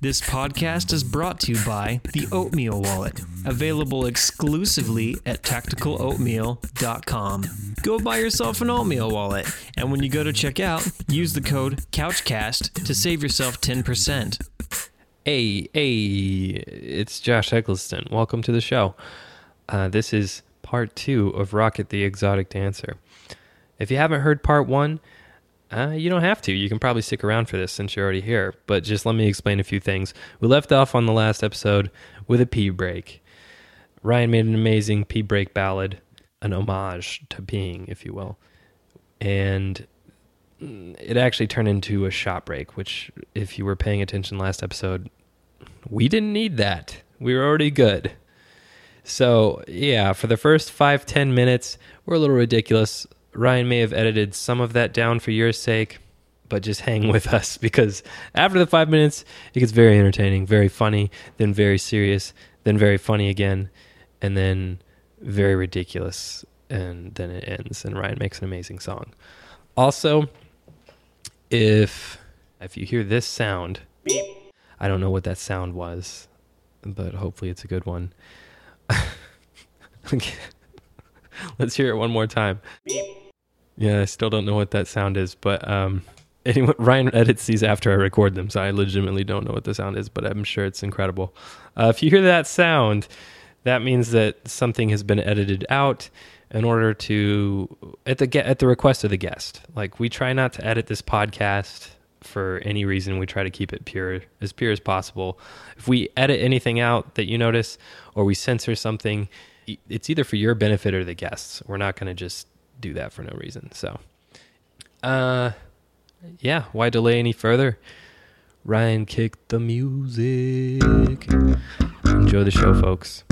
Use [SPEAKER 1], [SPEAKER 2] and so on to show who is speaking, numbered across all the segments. [SPEAKER 1] This podcast is brought to you by the Oatmeal Wallet, available exclusively at tacticaloatmeal.com. Go buy yourself an oatmeal wallet, and when you go to check out, use the code CouchCast to save yourself 10%.
[SPEAKER 2] Hey, hey, it's Josh Eggleston. Welcome to the show. Uh, this is part two of Rocket the Exotic Dancer. If you haven't heard part one, uh, you don't have to. You can probably stick around for this since you're already here, but just let me explain a few things. We left off on the last episode with a pee break. Ryan made an amazing pee break ballad, an homage to peeing, if you will. And it actually turned into a shot break, which, if you were paying attention last episode, we didn't need that. We were already good. So, yeah, for the first five, ten minutes, we're a little ridiculous. Ryan may have edited some of that down for your sake, but just hang with us because after the five minutes, it gets very entertaining, very funny, then very serious, then very funny again, and then very ridiculous. And then it ends, and Ryan makes an amazing song. Also, if if you hear this sound i don't know what that sound was but hopefully it's a good one Okay. let's hear it one more time yeah i still don't know what that sound is but um anyone ryan edits these after i record them so i legitimately don't know what the sound is but i'm sure it's incredible uh, if you hear that sound that means that something has been edited out in order to at the ge- at the request of the guest. Like we try not to edit this podcast for any reason. We try to keep it pure as pure as possible. If we edit anything out that you notice or we censor something, e- it's either for your benefit or the guests. We're not going to just do that for no reason. So, uh yeah, why delay any further? Ryan kicked the music. Enjoy the show, folks.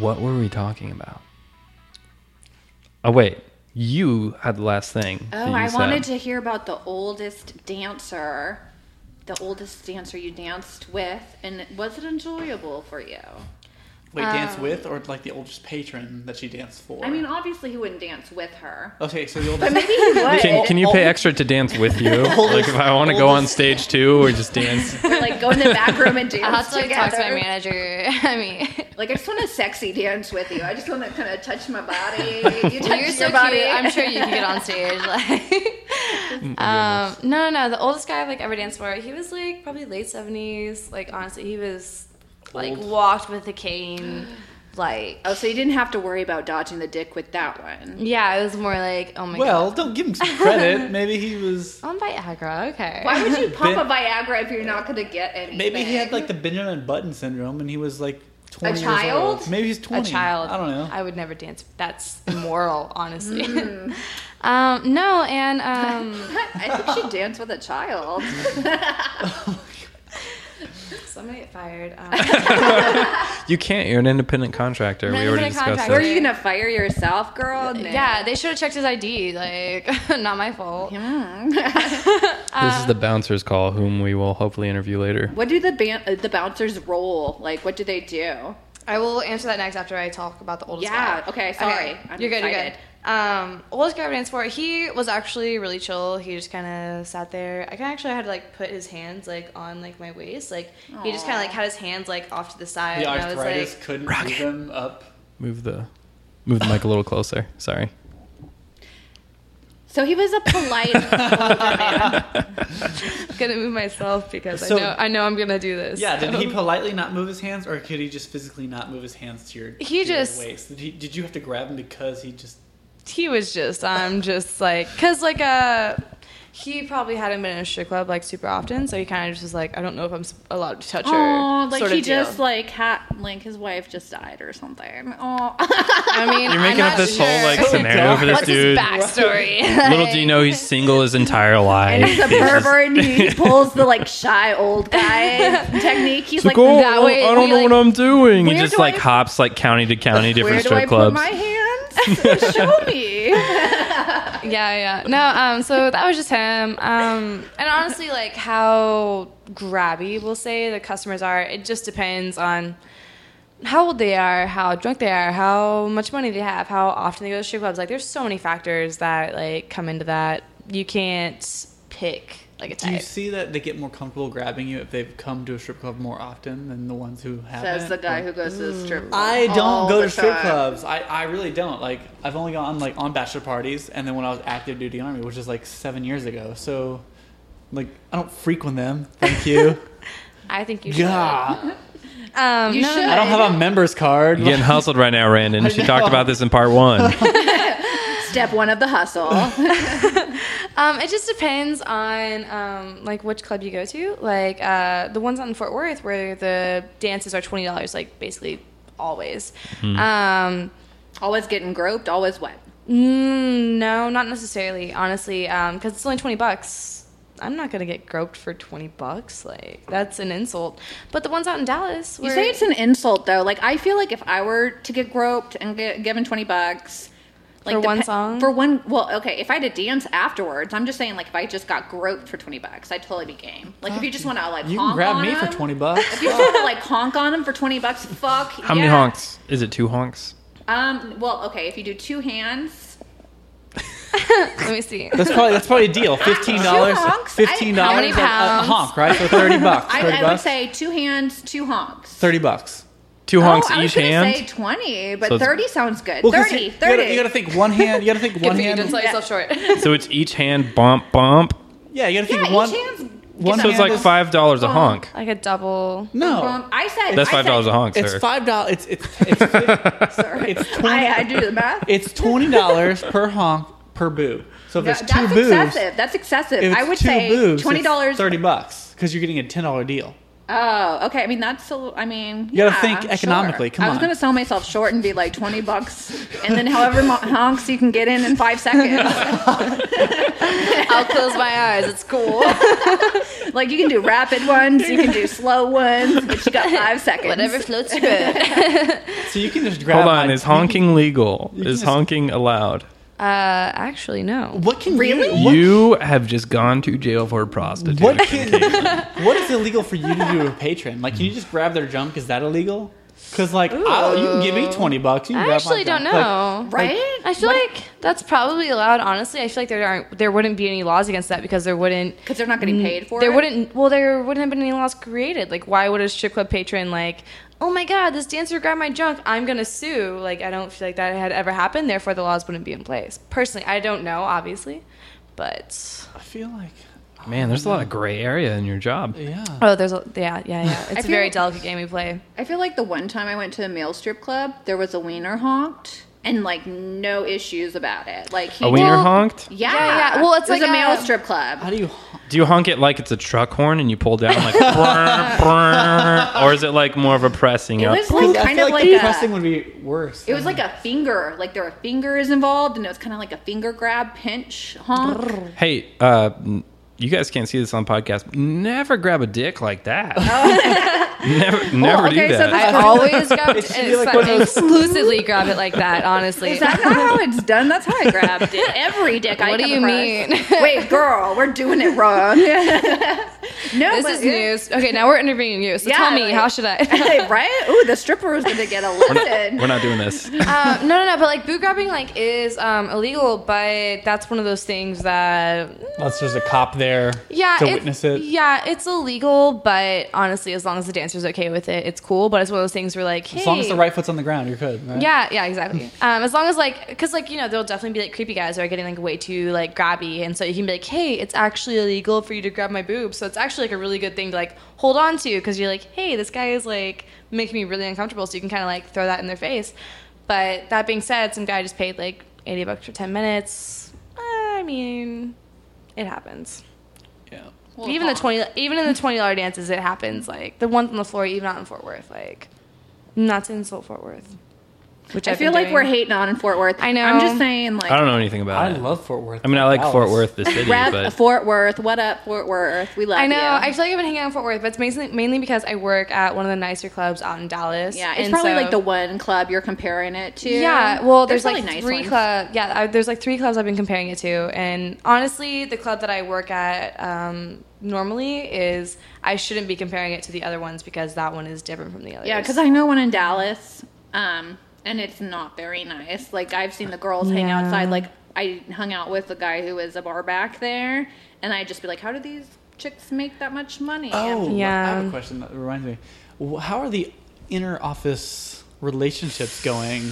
[SPEAKER 2] What were we talking about? Oh wait, you had the last thing. that
[SPEAKER 3] Oh,
[SPEAKER 2] you
[SPEAKER 3] I
[SPEAKER 2] said.
[SPEAKER 3] wanted to hear about the oldest dancer, the oldest dancer you danced with, and was it enjoyable for you?
[SPEAKER 4] Wait, dance with or like the oldest patron that she danced for?
[SPEAKER 3] Uh, I mean, obviously, he wouldn't dance with her.
[SPEAKER 4] okay, so the oldest.
[SPEAKER 3] Maybe he would.
[SPEAKER 5] Can, can you pay extra to dance with you? like if I want to go on stage too, or just dance.
[SPEAKER 3] Or, like go in the back room and dance
[SPEAKER 6] I'll have to like
[SPEAKER 3] together.
[SPEAKER 6] talk to my manager. I mean,
[SPEAKER 3] Like I just want a sexy dance with you. I just want to kind of touch my body. You touch
[SPEAKER 6] you're
[SPEAKER 3] your
[SPEAKER 6] so
[SPEAKER 3] body.
[SPEAKER 6] cute. I'm sure you can get on stage. Like, um, no, no, no. The oldest guy I've like ever danced for, he was like probably late seventies. Like honestly, he was like
[SPEAKER 4] Old.
[SPEAKER 6] walked with a cane. Like,
[SPEAKER 3] Oh, so you didn't have to worry about dodging the dick with that one.
[SPEAKER 6] yeah, it was more like, oh my god,
[SPEAKER 4] well, don't give him some credit. Maybe he was.
[SPEAKER 6] on Viagra. Okay.
[SPEAKER 3] Why would you pop
[SPEAKER 4] Ben-
[SPEAKER 3] a Viagra if you're not going to get anything?
[SPEAKER 4] Maybe he had like the Benjamin Button syndrome, and he was like twenty. Years
[SPEAKER 3] child?
[SPEAKER 4] old. Maybe he's
[SPEAKER 6] a
[SPEAKER 4] twenty.
[SPEAKER 6] child.
[SPEAKER 4] I don't know.
[SPEAKER 6] I would never dance. That's immoral, honestly.
[SPEAKER 3] Mm.
[SPEAKER 6] um, no, and um,
[SPEAKER 3] I think she danced with a child.
[SPEAKER 6] somebody get fired. Um,
[SPEAKER 5] You can't. You're an independent contractor.
[SPEAKER 6] An
[SPEAKER 5] we already
[SPEAKER 6] independent
[SPEAKER 5] discussed
[SPEAKER 6] contractor.
[SPEAKER 3] Were
[SPEAKER 5] that.
[SPEAKER 3] you gonna fire yourself, girl? No.
[SPEAKER 6] Yeah, they should have checked his ID. Like, not my fault.
[SPEAKER 5] this is the bouncer's call, whom we will hopefully interview later.
[SPEAKER 3] uh, What do the ban- uh, the bouncers roll? Like, what do they do?
[SPEAKER 6] I will answer that next after I talk about the oldest guy.
[SPEAKER 3] Yeah, okay, sorry. I'm
[SPEAKER 6] You're good, you're
[SPEAKER 3] excited.
[SPEAKER 6] good. Um, oldest guy I danced for, he was actually really chill. He just kind of sat there. I kind of actually had to, like, put his hands, like, on, like, my waist. Like, he just kind of, like, had his hands, like, off to the side.
[SPEAKER 4] the
[SPEAKER 6] and I was
[SPEAKER 4] arthritis
[SPEAKER 6] like,
[SPEAKER 4] couldn't move him up.
[SPEAKER 5] Move the move the mic a little closer. Sorry.
[SPEAKER 3] So he was a polite.
[SPEAKER 6] I'm gonna move myself because
[SPEAKER 4] So-
[SPEAKER 6] I know I know I'm gonna do this.
[SPEAKER 4] Yeah, did
[SPEAKER 6] so.
[SPEAKER 4] he politely not move his hands, or could he just physically not move his hands to your?
[SPEAKER 6] He
[SPEAKER 4] to your
[SPEAKER 6] just-
[SPEAKER 4] waist? Did, he, did you have to grab him because he just?
[SPEAKER 6] he was just i'm just like because like uh he probably hadn't been in a strip club like super often, so he kind of just was like, I don't know if I'm s- allowed to touch her.
[SPEAKER 3] Oh, like
[SPEAKER 6] sort
[SPEAKER 3] he
[SPEAKER 6] of deal.
[SPEAKER 3] just like had like his wife just died or something. Oh,
[SPEAKER 6] I mean,
[SPEAKER 2] You're making up
[SPEAKER 6] I'm not
[SPEAKER 2] this
[SPEAKER 6] sure.
[SPEAKER 2] whole like scenario for this
[SPEAKER 6] What's
[SPEAKER 2] dude.
[SPEAKER 6] his backstory?
[SPEAKER 2] Little
[SPEAKER 6] Like-
[SPEAKER 2] do you know, he's single his entire life.
[SPEAKER 3] and he's a
[SPEAKER 2] He's-
[SPEAKER 3] pervert. And he pulls the like shy old guy technique. He's like,
[SPEAKER 2] "Oh,
[SPEAKER 6] that way
[SPEAKER 2] I don't
[SPEAKER 6] we,
[SPEAKER 2] know
[SPEAKER 6] like-
[SPEAKER 2] what I'm doing. He
[SPEAKER 3] Where
[SPEAKER 2] just
[SPEAKER 3] do
[SPEAKER 2] like
[SPEAKER 3] I-
[SPEAKER 2] hops like county to county,
[SPEAKER 3] where
[SPEAKER 2] different
[SPEAKER 3] do I
[SPEAKER 2] strip
[SPEAKER 3] put
[SPEAKER 2] clubs.
[SPEAKER 3] my hands? Show me.
[SPEAKER 6] yeah, yeah. No, um, so that was just him. Um, and honestly, like how grabby we'll say the customers are, it just depends on how old they are, how drunk they are, how much money they have, how often they go to strip clubs. Like, there's so many factors that like come into that. You can't pick like a
[SPEAKER 4] Do you
[SPEAKER 6] type.
[SPEAKER 4] see that they get more comfortable grabbing you if they've come to a strip club more often than the ones who haven't?
[SPEAKER 3] Says the guy who goes to the strip. club
[SPEAKER 4] I
[SPEAKER 3] all
[SPEAKER 4] don't go
[SPEAKER 3] the
[SPEAKER 4] to strip
[SPEAKER 3] time.
[SPEAKER 4] clubs. I, I really don't. Like I've only gone like on bachelor parties and then when I was active duty army, which is like seven years ago. So like I don't frequent them. Thank you.
[SPEAKER 6] I think you should.
[SPEAKER 4] yeah.
[SPEAKER 6] Um,
[SPEAKER 3] You
[SPEAKER 6] no, no,
[SPEAKER 3] should.
[SPEAKER 4] I don't have a members card.
[SPEAKER 2] You're getting hustled right now, Randon.
[SPEAKER 4] I
[SPEAKER 2] She talked
[SPEAKER 4] know.
[SPEAKER 2] about this in part one.
[SPEAKER 3] Step one of the hustle.
[SPEAKER 6] Um, it just depends on um, like which club you go to. Like uh, the ones out in Fort Worth where the dances are twenty dollars, like basically always. Um,
[SPEAKER 3] always getting groped. Always wet.
[SPEAKER 6] mm, no, not necessarily. Honestly, because it's only twenty bucks. I'm not gonna get groped for twenty bucks. Like that's an insult. But the ones out in Dallas,
[SPEAKER 3] You
[SPEAKER 6] where
[SPEAKER 3] say it's an insult though. Like I feel like if I were to get groped and get given twenty bucks. Like
[SPEAKER 6] For one
[SPEAKER 3] depe-
[SPEAKER 6] song?
[SPEAKER 3] For one, well, okay. If I had to dance afterwards, I'm just saying, like, if I just got groped for twenty bucks, I'd totally be game. Like, if you just want to, like,
[SPEAKER 4] You can
[SPEAKER 3] honk
[SPEAKER 4] grab
[SPEAKER 3] on
[SPEAKER 4] me for
[SPEAKER 3] him-
[SPEAKER 4] twenty bucks.
[SPEAKER 3] If you just want to like honk on him for twenty bucks, fuck.
[SPEAKER 2] How many
[SPEAKER 3] yeah.
[SPEAKER 2] honks? Is it two honks?
[SPEAKER 3] Um. Well, okay. If you do two hands,
[SPEAKER 6] let me see.
[SPEAKER 4] That's probably that's probably a deal. Fifteen dollars.
[SPEAKER 3] honks? I-
[SPEAKER 4] Fifteen
[SPEAKER 6] How many
[SPEAKER 4] dollars a, a
[SPEAKER 6] pounds?
[SPEAKER 4] honk, right? So thirty bucks.
[SPEAKER 3] I,
[SPEAKER 4] Thirty
[SPEAKER 3] I would
[SPEAKER 4] bucks.
[SPEAKER 3] say two hands, two honks.
[SPEAKER 4] thirty bucks.
[SPEAKER 2] Two honks
[SPEAKER 3] oh, I was
[SPEAKER 2] each
[SPEAKER 3] gonna
[SPEAKER 2] hand?
[SPEAKER 3] Say twenty, but
[SPEAKER 2] So it's-
[SPEAKER 3] thirty sounds good.
[SPEAKER 4] 'cause
[SPEAKER 3] 30,
[SPEAKER 4] you,
[SPEAKER 3] 30.
[SPEAKER 4] You gotta, you gotta think one hand. You gotta think
[SPEAKER 6] Good
[SPEAKER 4] one
[SPEAKER 6] for you.
[SPEAKER 4] hand.
[SPEAKER 6] Don't sell
[SPEAKER 3] Yeah.
[SPEAKER 6] yourself short.
[SPEAKER 2] So it's each hand bump bump.
[SPEAKER 4] yeah, you gotta think
[SPEAKER 3] yeah,
[SPEAKER 4] one.
[SPEAKER 3] each hand's
[SPEAKER 4] one
[SPEAKER 2] So it's like
[SPEAKER 4] hand is-
[SPEAKER 2] five dollars a honk.
[SPEAKER 6] like a double.
[SPEAKER 4] No,
[SPEAKER 3] Bump. I said
[SPEAKER 2] That's
[SPEAKER 3] I said-
[SPEAKER 2] five dollars a honk,
[SPEAKER 4] it's
[SPEAKER 2] sir.
[SPEAKER 4] five dollars. It's it's it's, it's,
[SPEAKER 3] Sorry.
[SPEAKER 4] it's twenty.
[SPEAKER 3] I, I do the math.
[SPEAKER 4] It's twenty dollars per honk per boo. So if
[SPEAKER 3] No,
[SPEAKER 4] it's
[SPEAKER 3] that's
[SPEAKER 4] two boos,
[SPEAKER 3] excessive. That's excessive.
[SPEAKER 4] if it's
[SPEAKER 3] I would
[SPEAKER 4] two
[SPEAKER 3] say
[SPEAKER 4] boos,
[SPEAKER 3] twenty dollars.
[SPEAKER 4] it's thirty bucks because you're getting a ten dollar deal.
[SPEAKER 3] Oh, okay. I mean, that's. A, I mean,
[SPEAKER 4] You gotta
[SPEAKER 3] yeah,
[SPEAKER 4] think economically.
[SPEAKER 3] sure.
[SPEAKER 4] Come
[SPEAKER 3] I was
[SPEAKER 4] on.
[SPEAKER 3] gonna sell myself short and be like twenty bucks, and then however mo- honks you can get in in five seconds.
[SPEAKER 6] I'll close my eyes. It's cool.
[SPEAKER 3] like you can do rapid ones, you can do slow ones, but you got five seconds.
[SPEAKER 6] Whatever floats your boat.
[SPEAKER 4] So you can just grab.
[SPEAKER 2] Hold on,
[SPEAKER 4] my-
[SPEAKER 2] is honking legal? Is
[SPEAKER 4] just-
[SPEAKER 2] honking allowed?
[SPEAKER 6] Uh, actually, no.
[SPEAKER 4] What can
[SPEAKER 3] Really?
[SPEAKER 4] You, what,
[SPEAKER 2] You have just gone to jail for prostitution.
[SPEAKER 4] what can? what is illegal for you to do to a patron? Like, can you just grab their junk? Is that illegal? Because like, I'll, you can give me twenty bucks. You can
[SPEAKER 6] I
[SPEAKER 4] grab my
[SPEAKER 6] actually don't
[SPEAKER 4] junk.
[SPEAKER 6] know.
[SPEAKER 4] Like,
[SPEAKER 3] Right?
[SPEAKER 6] I feel like that's probably allowed. Honestly, I feel like there aren't there wouldn't be any laws against that because there wouldn't
[SPEAKER 3] because they're not getting paid for
[SPEAKER 6] there
[SPEAKER 3] it.
[SPEAKER 6] wouldn't well there wouldn't have been any laws created. Like why would a strip club patron like oh my god this dancer grabbed my junk I'm gonna sue like I don't feel like that had ever happened. Therefore the laws wouldn't be in place. Personally, I don't know obviously, but
[SPEAKER 4] I feel like,
[SPEAKER 2] Man, there's a lot of gray area in your job.
[SPEAKER 4] yeah.
[SPEAKER 6] oh there's a yeah yeah yeah it's a
[SPEAKER 3] feel-
[SPEAKER 6] very delicate game we play.
[SPEAKER 3] I feel like the one time I went to a male strip club, there was a wiener honked and like no issues about it. Like he
[SPEAKER 2] A wiener
[SPEAKER 3] did-
[SPEAKER 2] honked?
[SPEAKER 3] Yeah,
[SPEAKER 6] Yeah, yeah. Well, it's
[SPEAKER 3] It was
[SPEAKER 6] like
[SPEAKER 3] a male
[SPEAKER 6] a-
[SPEAKER 3] strip club.
[SPEAKER 4] How do you?
[SPEAKER 2] Do you honk it like it's a truck horn and you pull down like, brr, brr, or is it like more of a pressing
[SPEAKER 3] It
[SPEAKER 2] up?
[SPEAKER 3] was like kind
[SPEAKER 4] I
[SPEAKER 3] of
[SPEAKER 4] feel
[SPEAKER 3] like,
[SPEAKER 4] like,
[SPEAKER 3] a.
[SPEAKER 4] pressing would be worse.
[SPEAKER 3] It was like a finger, like there were fingers involved, and it was kind of like a finger grab, pinch, honk.
[SPEAKER 2] Hey, uh, n- you guys can't see this on podcast. Never grab a dick like that. never, never
[SPEAKER 3] Well, Oh. okay,
[SPEAKER 2] do
[SPEAKER 3] so
[SPEAKER 2] that.
[SPEAKER 3] that's-
[SPEAKER 6] I always grab
[SPEAKER 4] It should be like one of those-
[SPEAKER 6] exclusively grab it like that. Honestly,
[SPEAKER 3] Is that not how it's done? That's how I grabbed it. Every dick I
[SPEAKER 6] What do
[SPEAKER 3] come
[SPEAKER 6] you
[SPEAKER 3] across.
[SPEAKER 6] mean?
[SPEAKER 3] Wait, girl, we're doing it wrong. no,
[SPEAKER 6] This
[SPEAKER 3] but it-
[SPEAKER 6] is news. Okay, now we're interviewing you. So
[SPEAKER 3] Yeah,
[SPEAKER 6] tell me,
[SPEAKER 3] like-
[SPEAKER 6] how should I?
[SPEAKER 3] right? Ooh, the stripper is gonna get a listen.
[SPEAKER 2] We're not doing this.
[SPEAKER 6] uh, no, no, no. But like boot grabbing, like is um, illegal, but that's one of those things that
[SPEAKER 4] unless there's a cop there.
[SPEAKER 6] yeah,
[SPEAKER 4] to
[SPEAKER 6] it's-
[SPEAKER 4] witness it.
[SPEAKER 6] Yeah, it's illegal, but honestly, as long as the dancer's okay with it, it's cool. But it's one of those things where like, hey,
[SPEAKER 4] As long as the right foot's on the ground, you're good. Right?
[SPEAKER 6] Yeah, yeah, exactly. Um, as long as like, because like you know, there'll definitely be like creepy guys who are getting like way too like grabby, and so you can be like, hey, it's actually illegal for you to grab my boob. So it's actually like a really good thing to like hold on to because you're like, hey, this guy is like making me really uncomfortable. So you can kind of like throw that in their face. But that being said, some guy just paid like eighty bucks for ten minutes. I mean, it happens.
[SPEAKER 4] Yeah.
[SPEAKER 3] Well,
[SPEAKER 6] even the
[SPEAKER 3] huh.
[SPEAKER 6] twenty, even in the twenty dollar dances, it happens. Like the ones on the floor, even out in Fort Worth. Like, not to insult Fort Worth, which
[SPEAKER 3] I
[SPEAKER 6] I've
[SPEAKER 3] feel
[SPEAKER 6] been
[SPEAKER 3] like we're
[SPEAKER 6] doing.
[SPEAKER 3] hating on Fort Worth.
[SPEAKER 6] I know.
[SPEAKER 3] I'm just saying, like,
[SPEAKER 2] I don't know anything about
[SPEAKER 4] I
[SPEAKER 2] it.
[SPEAKER 4] love Fort Worth.
[SPEAKER 2] I mean, I like
[SPEAKER 4] Dallas.
[SPEAKER 2] Fort Worth, the city,
[SPEAKER 3] rep
[SPEAKER 2] but
[SPEAKER 3] Fort Worth. What up, Fort Worth? We love
[SPEAKER 6] I know.
[SPEAKER 3] you.
[SPEAKER 6] I feel like I've been hanging out in Fort Worth, but it's mainly, mainly because I work at one of the nicer clubs out in Dallas.
[SPEAKER 3] yeah, it's
[SPEAKER 6] And
[SPEAKER 3] probably
[SPEAKER 6] so-
[SPEAKER 3] like the one club you're comparing it to.
[SPEAKER 6] Yeah, well, there's,
[SPEAKER 3] probably
[SPEAKER 6] like
[SPEAKER 3] nice
[SPEAKER 6] three
[SPEAKER 3] ones.
[SPEAKER 6] club. Yeah, I, there's like three clubs I've been comparing it to, and honestly, the club that I work at um, normally is I shouldn't be comparing it to the other ones because that one is different from the others.
[SPEAKER 3] Yeah, because I know one in Dallas, um, and it's not very nice. Like I've seen the girls hang
[SPEAKER 6] Yeah.
[SPEAKER 3] outside. Like I hung out with a guy who was a bar back there, and I'd just be like, "How do these chicks make that much money?"
[SPEAKER 4] Oh,
[SPEAKER 6] Yeah.
[SPEAKER 4] I have a question that reminds me. Wh- How are the inner office relationships going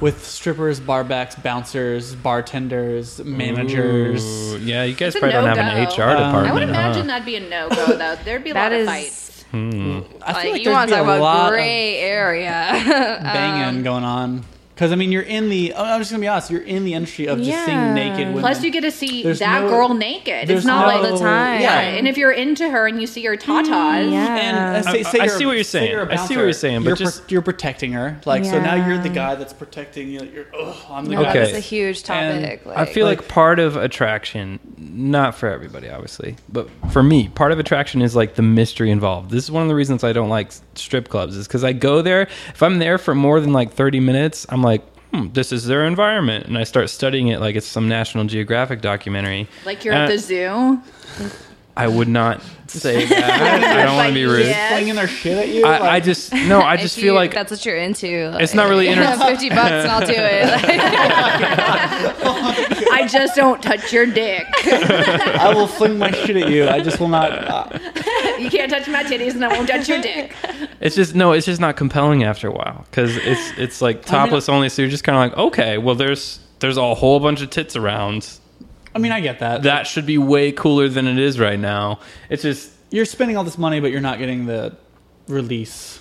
[SPEAKER 4] with strippers, barbacks, bouncers, bartenders, managers?
[SPEAKER 2] Ooh, yeah, you guys
[SPEAKER 3] It's a
[SPEAKER 2] probably don't have an
[SPEAKER 3] no-go.
[SPEAKER 2] HR
[SPEAKER 4] Um,
[SPEAKER 2] department.
[SPEAKER 3] I would
[SPEAKER 2] huh?
[SPEAKER 3] imagine that'd be a no go though. There'd be a
[SPEAKER 6] That
[SPEAKER 3] lot of
[SPEAKER 6] is-
[SPEAKER 3] fights.
[SPEAKER 4] I
[SPEAKER 6] like,
[SPEAKER 4] feel like
[SPEAKER 6] you want
[SPEAKER 4] there'd be a
[SPEAKER 6] to talk about um,
[SPEAKER 4] lot of
[SPEAKER 6] gray area.
[SPEAKER 4] banging going on. Because I mean, you're in the. oh, I'm just gonna be honest. You're in the industry of just
[SPEAKER 6] Yeah.
[SPEAKER 4] seeing naked women.
[SPEAKER 3] Plus, you get to see
[SPEAKER 4] There's
[SPEAKER 3] that
[SPEAKER 4] no-
[SPEAKER 3] girl naked. It's
[SPEAKER 4] there's
[SPEAKER 3] not
[SPEAKER 4] no-
[SPEAKER 3] like
[SPEAKER 6] All the time.
[SPEAKER 3] yeah.
[SPEAKER 4] Yeah,
[SPEAKER 3] And if you're into her and you see her tatas,
[SPEAKER 6] Mm, yeah.
[SPEAKER 4] And uh, say,
[SPEAKER 2] I-
[SPEAKER 4] say
[SPEAKER 2] I
[SPEAKER 4] you're-
[SPEAKER 2] see what you're
[SPEAKER 4] say
[SPEAKER 2] saying.
[SPEAKER 4] a
[SPEAKER 2] I see what
[SPEAKER 4] bouncer.
[SPEAKER 2] you're saying, but
[SPEAKER 4] you're,
[SPEAKER 2] just-
[SPEAKER 4] you're protecting her. Like so, now you're the
[SPEAKER 6] Yeah.
[SPEAKER 4] guy that's protecting you. You're, oh, I'm the
[SPEAKER 6] No,
[SPEAKER 4] guy.
[SPEAKER 2] Okay.
[SPEAKER 6] that's a
[SPEAKER 4] That's,
[SPEAKER 6] huge
[SPEAKER 4] And
[SPEAKER 6] topic.
[SPEAKER 2] I
[SPEAKER 6] like,
[SPEAKER 2] feel like, part of attraction, not for everybody, obviously, but for me, part of attraction is like the mystery involved. This is one of the reasons I don't like s- strip clubs, is because I go there. If I'm there for more than like 30 minutes, I'm like, hmm, this is their environment. And I start studying it like it's some National Geographic documentary.
[SPEAKER 3] like you're
[SPEAKER 2] Uh,
[SPEAKER 3] at the zoo.
[SPEAKER 2] I would not say that. I don't want to be rude.
[SPEAKER 3] Yeah.
[SPEAKER 4] flinging their shit at you.
[SPEAKER 2] I, I
[SPEAKER 4] like-
[SPEAKER 2] just, no, I just
[SPEAKER 6] if
[SPEAKER 2] feel
[SPEAKER 6] you-
[SPEAKER 2] like
[SPEAKER 6] that's what you're into.
[SPEAKER 2] It's not really inter-
[SPEAKER 6] Fifty bucks and I'll do it. Like,
[SPEAKER 3] I just don't touch your dick.
[SPEAKER 4] I will fling my shit at you. I just will not. Uh,
[SPEAKER 3] you can't touch my titties, and I won't touch your dick.
[SPEAKER 2] It's just no, it's just not compelling after a while because it's it's like topless only. So you're just kind of like, okay, well there's there's a whole bunch of tits around.
[SPEAKER 4] I mean, I get that.
[SPEAKER 2] That should be way cooler than it is right now. It's just
[SPEAKER 4] You're spending all this money, but you're not getting the release.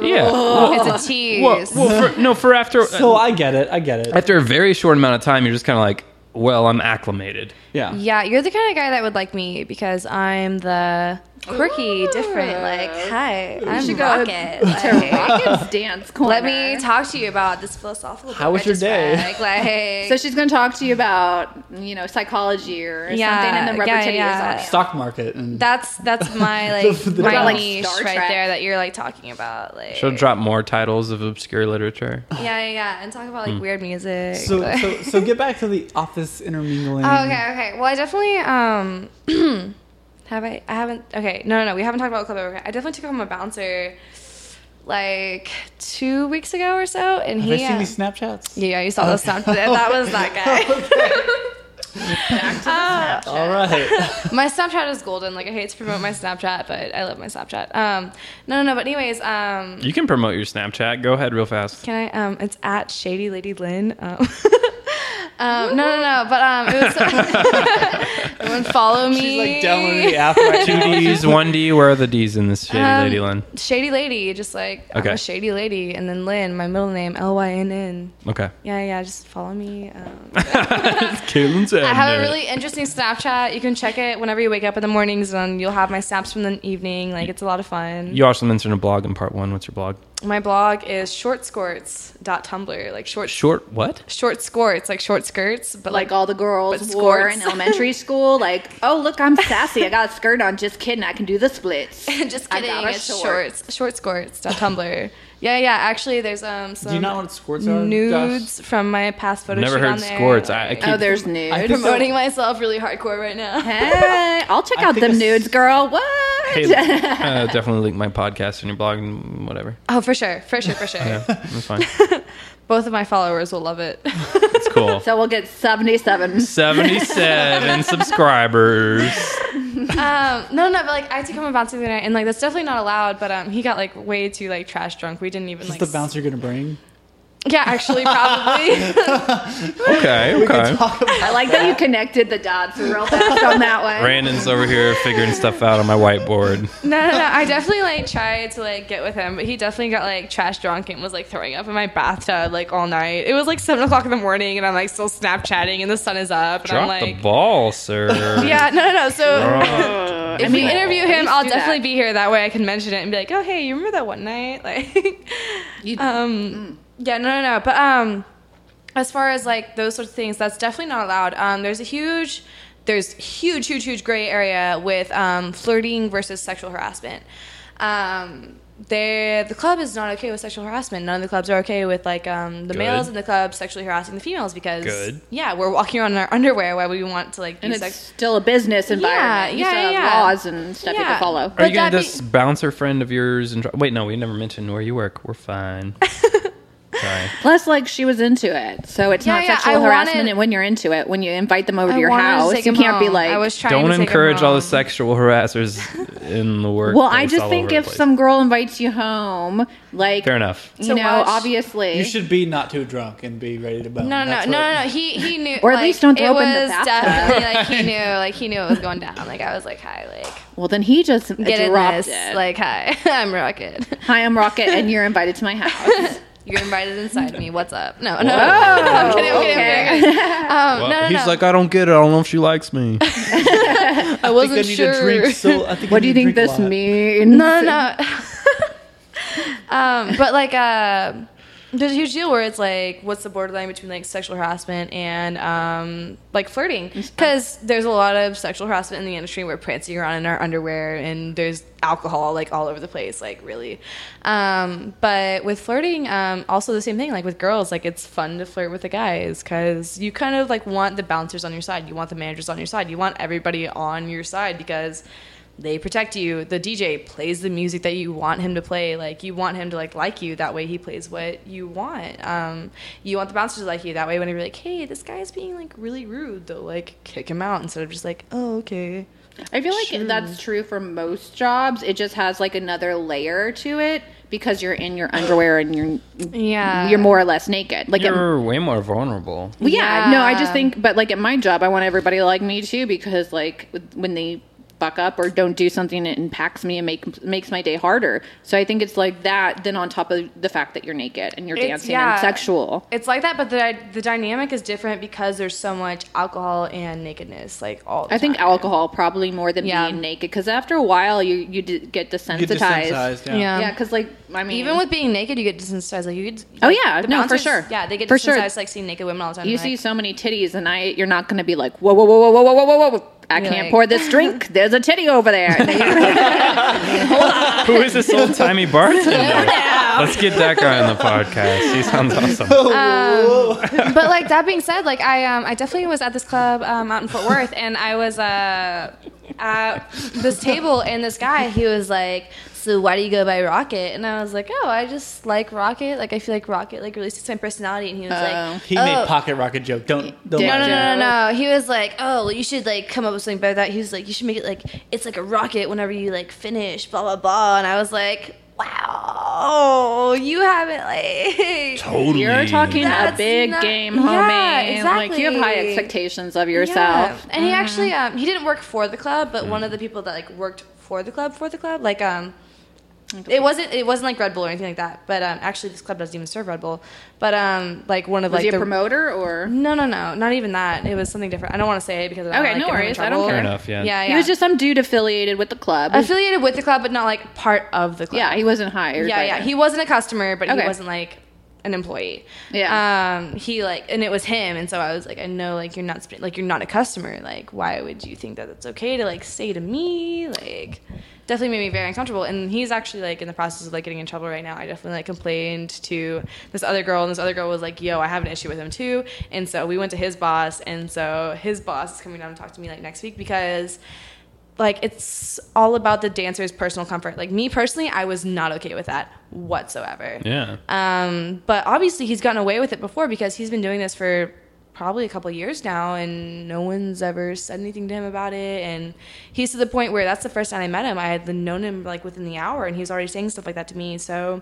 [SPEAKER 2] yeah. Well,
[SPEAKER 6] it's a tease.
[SPEAKER 2] well, well, for, no, for after
[SPEAKER 4] So I get it. I get it.
[SPEAKER 2] after a very short amount of time, you're just kind of like, well, I'm acclimated.
[SPEAKER 4] Yeah.
[SPEAKER 6] Yeah, you're the kind of guy that would like me because I'm the quirky, different. Like, hi, I'm
[SPEAKER 3] should go
[SPEAKER 6] Rocket.
[SPEAKER 3] to
[SPEAKER 6] like,
[SPEAKER 3] Rocket's dance corner.
[SPEAKER 6] let me talk to you about this philosophical.
[SPEAKER 4] How
[SPEAKER 6] book
[SPEAKER 4] was
[SPEAKER 6] I
[SPEAKER 4] your
[SPEAKER 6] just
[SPEAKER 4] day?
[SPEAKER 6] read. Like,
[SPEAKER 3] So she's going to talk to you about you know psychology or
[SPEAKER 6] Yeah,
[SPEAKER 3] something, and then rubber
[SPEAKER 6] yeah,
[SPEAKER 3] titties
[SPEAKER 6] yeah.
[SPEAKER 3] on you.
[SPEAKER 4] Stock market and
[SPEAKER 6] that's that's my like
[SPEAKER 4] The- the-
[SPEAKER 6] my
[SPEAKER 4] About, like,
[SPEAKER 6] niche
[SPEAKER 3] Star
[SPEAKER 6] right
[SPEAKER 3] Trek.
[SPEAKER 6] there that you're like talking about. Like,
[SPEAKER 2] She'll drop more titles of obscure literature.
[SPEAKER 6] Yeah, yeah, yeah, and talk about
[SPEAKER 2] Hmm.
[SPEAKER 6] like weird music.
[SPEAKER 4] so,
[SPEAKER 6] like-
[SPEAKER 4] so so get back to the office intermingling.
[SPEAKER 6] Oh, okay, okay. Well, I definitely um have I I haven't okay. No, no, no. We haven't talked about club ever. I definitely took home a bouncer like 2 weeks ago or so and
[SPEAKER 4] Have
[SPEAKER 6] he
[SPEAKER 4] I seen
[SPEAKER 6] uh,
[SPEAKER 4] these Snapchats?
[SPEAKER 6] Yeah, you saw the stuff. That was that guy.
[SPEAKER 4] All right.
[SPEAKER 6] my Snapchat is golden. Like I hate to promote my Snapchat, but I love my Snapchat. Um no, no, no. But anyways, um
[SPEAKER 2] You can promote your Snapchat. Go ahead, real fast.
[SPEAKER 6] Can I? Um, it's at Shady Lady Lynn. Um, um, no, no, no. But um, it was. everyone follow me.
[SPEAKER 4] She's like downloading the app right
[SPEAKER 2] Two D's, one D. Where are the D's in this shady
[SPEAKER 6] Um,
[SPEAKER 2] lady, Lynn?
[SPEAKER 6] Shady Lady, just like I'm
[SPEAKER 2] Okay.
[SPEAKER 6] a shady lady, and then Lynn, my middle name, L Y N N.
[SPEAKER 2] Okay.
[SPEAKER 6] Yeah, yeah. Just follow me. Um,
[SPEAKER 2] Caitlin's
[SPEAKER 6] I have a
[SPEAKER 2] ending it.
[SPEAKER 6] really interesting Snapchat. You can check it whenever you wake up in the mornings, and you'll have my snaps from the evening. Like it's a lot of fun.
[SPEAKER 2] You also mentioned a blog in part one. What's your blog?
[SPEAKER 6] My blog is shortscorts.tumblr. Like short
[SPEAKER 2] Short what?
[SPEAKER 6] short skirts, like short skirts, but like
[SPEAKER 3] Like all the girls
[SPEAKER 6] But
[SPEAKER 3] wore
[SPEAKER 6] skorts.
[SPEAKER 3] in elementary school. Like, oh look, I'm sassy. I got a skirt on. Just kidding. I can do the splits.
[SPEAKER 6] Just
[SPEAKER 3] I
[SPEAKER 6] kidding.
[SPEAKER 3] got a
[SPEAKER 6] It's
[SPEAKER 3] short.
[SPEAKER 6] shorts. Short skirts. Tumblr. Yeah, yeah. Actually, there's um some
[SPEAKER 4] Do you not know what squirts are?
[SPEAKER 6] nudes from my past photo
[SPEAKER 2] Never
[SPEAKER 6] shoot
[SPEAKER 2] heard
[SPEAKER 6] on there.
[SPEAKER 2] squirts. I- I keep-
[SPEAKER 3] Oh, there's nude.
[SPEAKER 4] I think-
[SPEAKER 6] promoting myself really hardcore right now.
[SPEAKER 3] Hey, I'll check
[SPEAKER 4] I
[SPEAKER 3] out
[SPEAKER 4] think
[SPEAKER 3] them
[SPEAKER 4] it's-
[SPEAKER 3] nudes, girl. What?
[SPEAKER 2] Hey, uh, definitely link my podcast and your blog and whatever.
[SPEAKER 6] Oh, for sure, for sure, for sure.
[SPEAKER 2] That's fine.
[SPEAKER 6] Both of my followers will love it.
[SPEAKER 2] It's cool.
[SPEAKER 3] so we'll get 77.
[SPEAKER 2] 77 subscribers.
[SPEAKER 6] um, no, no, but like I took home a bouncer the other night, and like that's definitely not allowed. But um, he got like way too like trash drunk. We didn't even
[SPEAKER 4] Is
[SPEAKER 6] like
[SPEAKER 4] the bouncer gonna bring?
[SPEAKER 6] Yeah, actually, probably.
[SPEAKER 2] Okay, okay.
[SPEAKER 3] I like that you connected the dots real fast on that one.
[SPEAKER 2] Brandon's over here figuring stuff out on my whiteboard.
[SPEAKER 6] no, no, no. I definitely like tried to like get with him, but he definitely got like trash drunk and was like throwing up in my bathtub like all night. It was like seven o'clock in the morning, and I'm like still Snapchatting, and the sun is up, and I'm
[SPEAKER 2] Drop
[SPEAKER 6] like,
[SPEAKER 2] the ball, sir.
[SPEAKER 6] yeah, no, no, no. So
[SPEAKER 2] Drop-
[SPEAKER 6] if we interview him,
[SPEAKER 3] Please
[SPEAKER 6] I'll
[SPEAKER 3] do
[SPEAKER 6] definitely
[SPEAKER 3] that.
[SPEAKER 6] be here. That way, I can mention it and be like, oh hey, you remember that one night? Like,
[SPEAKER 3] You- Mm.
[SPEAKER 6] um yeah no no no but um as far as like those sorts of things that's definitely not allowed um there's a huge there's huge huge huge gray area with um flirting versus sexual harassment um there the club is not okay with sexual harassment none of the clubs are okay with like um the males
[SPEAKER 1] Good.
[SPEAKER 6] in the club sexually harassing the females because
[SPEAKER 1] Good.
[SPEAKER 6] yeah we're walking around in our underwear why we want to like be
[SPEAKER 3] and it's
[SPEAKER 6] sex-
[SPEAKER 3] still a business environment. you
[SPEAKER 6] yeah,
[SPEAKER 3] still have
[SPEAKER 6] yeah.
[SPEAKER 3] laws and stuff you
[SPEAKER 6] Yeah.
[SPEAKER 3] can follow.
[SPEAKER 2] Are
[SPEAKER 6] But
[SPEAKER 2] you gonna
[SPEAKER 6] that be-
[SPEAKER 2] this bouncer friend of yours and dro- wait? No, we never mentioned where you work. We're fine. Sorry.
[SPEAKER 3] Plus, like she was into it, so it's
[SPEAKER 6] Yeah,
[SPEAKER 3] not
[SPEAKER 6] yeah,
[SPEAKER 3] sexual
[SPEAKER 6] I
[SPEAKER 3] harassment.
[SPEAKER 6] wanted-
[SPEAKER 3] and when you're into it, when you invite them over to
[SPEAKER 6] I
[SPEAKER 3] your
[SPEAKER 6] wanted to
[SPEAKER 3] house,
[SPEAKER 6] take
[SPEAKER 3] you
[SPEAKER 6] him
[SPEAKER 3] can't be
[SPEAKER 6] home.
[SPEAKER 3] like,
[SPEAKER 6] I was trying
[SPEAKER 2] Don't
[SPEAKER 6] to take him
[SPEAKER 2] encourage all the
[SPEAKER 6] home.
[SPEAKER 2] sexual harassers in the work.
[SPEAKER 3] well, I just think if some girl invites you home, like
[SPEAKER 2] fair enough.
[SPEAKER 3] you
[SPEAKER 6] To
[SPEAKER 3] know,
[SPEAKER 6] watch-
[SPEAKER 3] obviously,
[SPEAKER 4] You should be not too drunk and be ready to bounce.
[SPEAKER 6] No, no, no, no, no. He he knew.
[SPEAKER 3] Or at
[SPEAKER 6] like,
[SPEAKER 3] least don't
[SPEAKER 6] It
[SPEAKER 3] throw up in the
[SPEAKER 6] was
[SPEAKER 3] bathtub.
[SPEAKER 6] definitely like he knew. Like he knew it was going down. Like I was like, hi, like
[SPEAKER 3] Well, then he just
[SPEAKER 6] get in
[SPEAKER 3] dropped
[SPEAKER 6] this.
[SPEAKER 3] it.
[SPEAKER 6] Like hi, I'm Rocket.
[SPEAKER 3] Hi, I'm Rocket, and you're invited to my house.
[SPEAKER 6] You're invited inside me. What's up? No, no, no, I'm kidding. I'm kidding. I'm kidding. Um, no, no,
[SPEAKER 2] he's
[SPEAKER 6] no.
[SPEAKER 2] like, I don't get it. I don't know if she likes me.
[SPEAKER 6] I
[SPEAKER 4] I think I
[SPEAKER 6] wasn't
[SPEAKER 4] need
[SPEAKER 6] sure.
[SPEAKER 4] to drink. So I think I
[SPEAKER 3] what do you think
[SPEAKER 4] need to drink a
[SPEAKER 3] this
[SPEAKER 4] lot.
[SPEAKER 3] means?
[SPEAKER 6] no, no, no. um, but like, uh, there's a huge deal where it's like, what's the borderline between like sexual harassment and um, like flirting? Because there's a lot of sexual harassment in the industry. We're prancing around in our underwear, and there's alcohol like all over the place, like really. Um, but with flirting, um, also the same thing. Like with girls, like it's fun to flirt with the guys because you kind of like want the bouncers on your side, you want the managers on your side, you want everybody on your side because they protect you the dj plays the music that you want him to play like you want him to like like you that way he plays what you want um, you want the bouncer to like you that way when you're like hey this guy's being like really rude though like kick him out instead of just like oh okay
[SPEAKER 3] I feel like that's true for most jobs. It just has like another layer to it because you're in your underwear and you're
[SPEAKER 6] yeah
[SPEAKER 3] you're more or less naked. Like, at,
[SPEAKER 2] You're way more vulnerable.
[SPEAKER 3] well, yeah, no, I just
[SPEAKER 6] Yeah.
[SPEAKER 3] think, but like at my job, I want everybody to like me too because like with- when they fuck up or don't do something, it impacts me and make makes my day harder. So I think it's like that. Then on top of the fact that you're naked and you're
[SPEAKER 6] It's-
[SPEAKER 3] dancing
[SPEAKER 6] yeah.
[SPEAKER 3] and sexual.
[SPEAKER 6] it's like that but the, the dynamic is different because there's so much alcohol and nakedness like all the
[SPEAKER 3] I think
[SPEAKER 6] time.
[SPEAKER 3] alcohol probably more than
[SPEAKER 6] Yeah.
[SPEAKER 3] being naked because after a while you you d- get
[SPEAKER 4] Get
[SPEAKER 3] desensitized.
[SPEAKER 4] desensitized. Yeah.
[SPEAKER 6] yeah,
[SPEAKER 3] Yeah, because like I mean,
[SPEAKER 6] even with being naked, you get desensitized. Like you, get,
[SPEAKER 3] Oh,
[SPEAKER 6] like,
[SPEAKER 3] yeah.
[SPEAKER 6] the
[SPEAKER 3] No, for
[SPEAKER 6] bouncers-
[SPEAKER 3] sure.
[SPEAKER 6] Yeah, they get
[SPEAKER 3] For
[SPEAKER 6] desensitized
[SPEAKER 3] sure.
[SPEAKER 6] like seeing naked women all the time.
[SPEAKER 3] you
[SPEAKER 6] They're
[SPEAKER 3] see
[SPEAKER 6] like,
[SPEAKER 3] so many titties, and I you're not going to be like whoa whoa whoa whoa whoa whoa whoa whoa. whoa. I
[SPEAKER 6] You're
[SPEAKER 3] can't
[SPEAKER 6] like-
[SPEAKER 3] pour this drink. There's a titty over there.
[SPEAKER 2] Who is this old timey bartender? Let's get that guy on the podcast. He sounds
[SPEAKER 4] Oh.
[SPEAKER 2] awesome.
[SPEAKER 6] Uh, but like that being said, like I um I definitely was at this club um, out in Fort Worth, and I was uh at this table, and this guy he was like, "So why do you go by Rocket?" And I was like, "Oh, I just like Rocket. Like I feel like Rocket like really suits my personality." And he was
[SPEAKER 3] Oh.
[SPEAKER 6] like,
[SPEAKER 4] He
[SPEAKER 6] oh.
[SPEAKER 4] made pocket rocket joke. Don't don't.
[SPEAKER 3] No,
[SPEAKER 6] No,
[SPEAKER 4] lie
[SPEAKER 6] no,
[SPEAKER 4] to me.
[SPEAKER 6] no, no, no. He was like, "Oh, well, you should like come up with something better." That he was like, "You should make it like it's like a rocket whenever you like finish, blah blah blah." And I was like, "Wow, you haven't like
[SPEAKER 2] Totally.
[SPEAKER 3] You're talking a
[SPEAKER 6] That's
[SPEAKER 3] big
[SPEAKER 6] not-
[SPEAKER 3] game,
[SPEAKER 6] Yeah,
[SPEAKER 3] homie. Like you have high
[SPEAKER 6] exactly.
[SPEAKER 3] expectations of yourself. Mm-hmm. Mm.
[SPEAKER 6] Yeah. And he actually um, he didn't work for the club, but one of the people that like worked for the club for the club, like um it wasn't it wasn't like Red Bull or anything like that. But um actually this club doesn't even serve Red Bull. But um like one of
[SPEAKER 3] Was
[SPEAKER 6] like
[SPEAKER 3] he a
[SPEAKER 6] the
[SPEAKER 3] promoter or
[SPEAKER 6] No, no, no. Not even that. It was something different. I don't want to say it because I don't
[SPEAKER 3] Okay,
[SPEAKER 6] like,
[SPEAKER 3] no
[SPEAKER 6] get him in
[SPEAKER 3] worries. I don't
[SPEAKER 6] trouble.
[SPEAKER 3] care.
[SPEAKER 2] Fair enough, yeah.
[SPEAKER 6] Yeah, yeah.
[SPEAKER 3] he was just some dude affiliated with the club?
[SPEAKER 6] affiliated with the club but not like part of the club.
[SPEAKER 3] yeah, he wasn't hired.
[SPEAKER 6] Yeah,
[SPEAKER 3] by
[SPEAKER 6] yeah.
[SPEAKER 3] them.
[SPEAKER 6] He wasn't a customer, but
[SPEAKER 3] Okay.
[SPEAKER 6] he wasn't like an employee.
[SPEAKER 3] Yeah.
[SPEAKER 6] Um, he like, and it was him, and so I was like, I know, like you're not sp- like you're not a customer. Like, why would you think that it's okay to like say to me? Like, definitely made me very uncomfortable. And he's actually like in the process of like getting in trouble right now. I definitely like complained to this other girl, and this other girl was like, Yo, I have an issue with him too. And so we went to his boss, and so his boss is coming down to talk to me like next week because like it's all about the dancer's personal comfort. Like me personally, I was not okay with that whatsoever.
[SPEAKER 2] Yeah.
[SPEAKER 6] Um, but obviously he's gotten away with it before because he's been doing this for probably a couple of years now and no one's ever said anything to him about it and he's to the point where that's the first time I met him. I had known him like within the hour and he was already saying stuff like that to me. So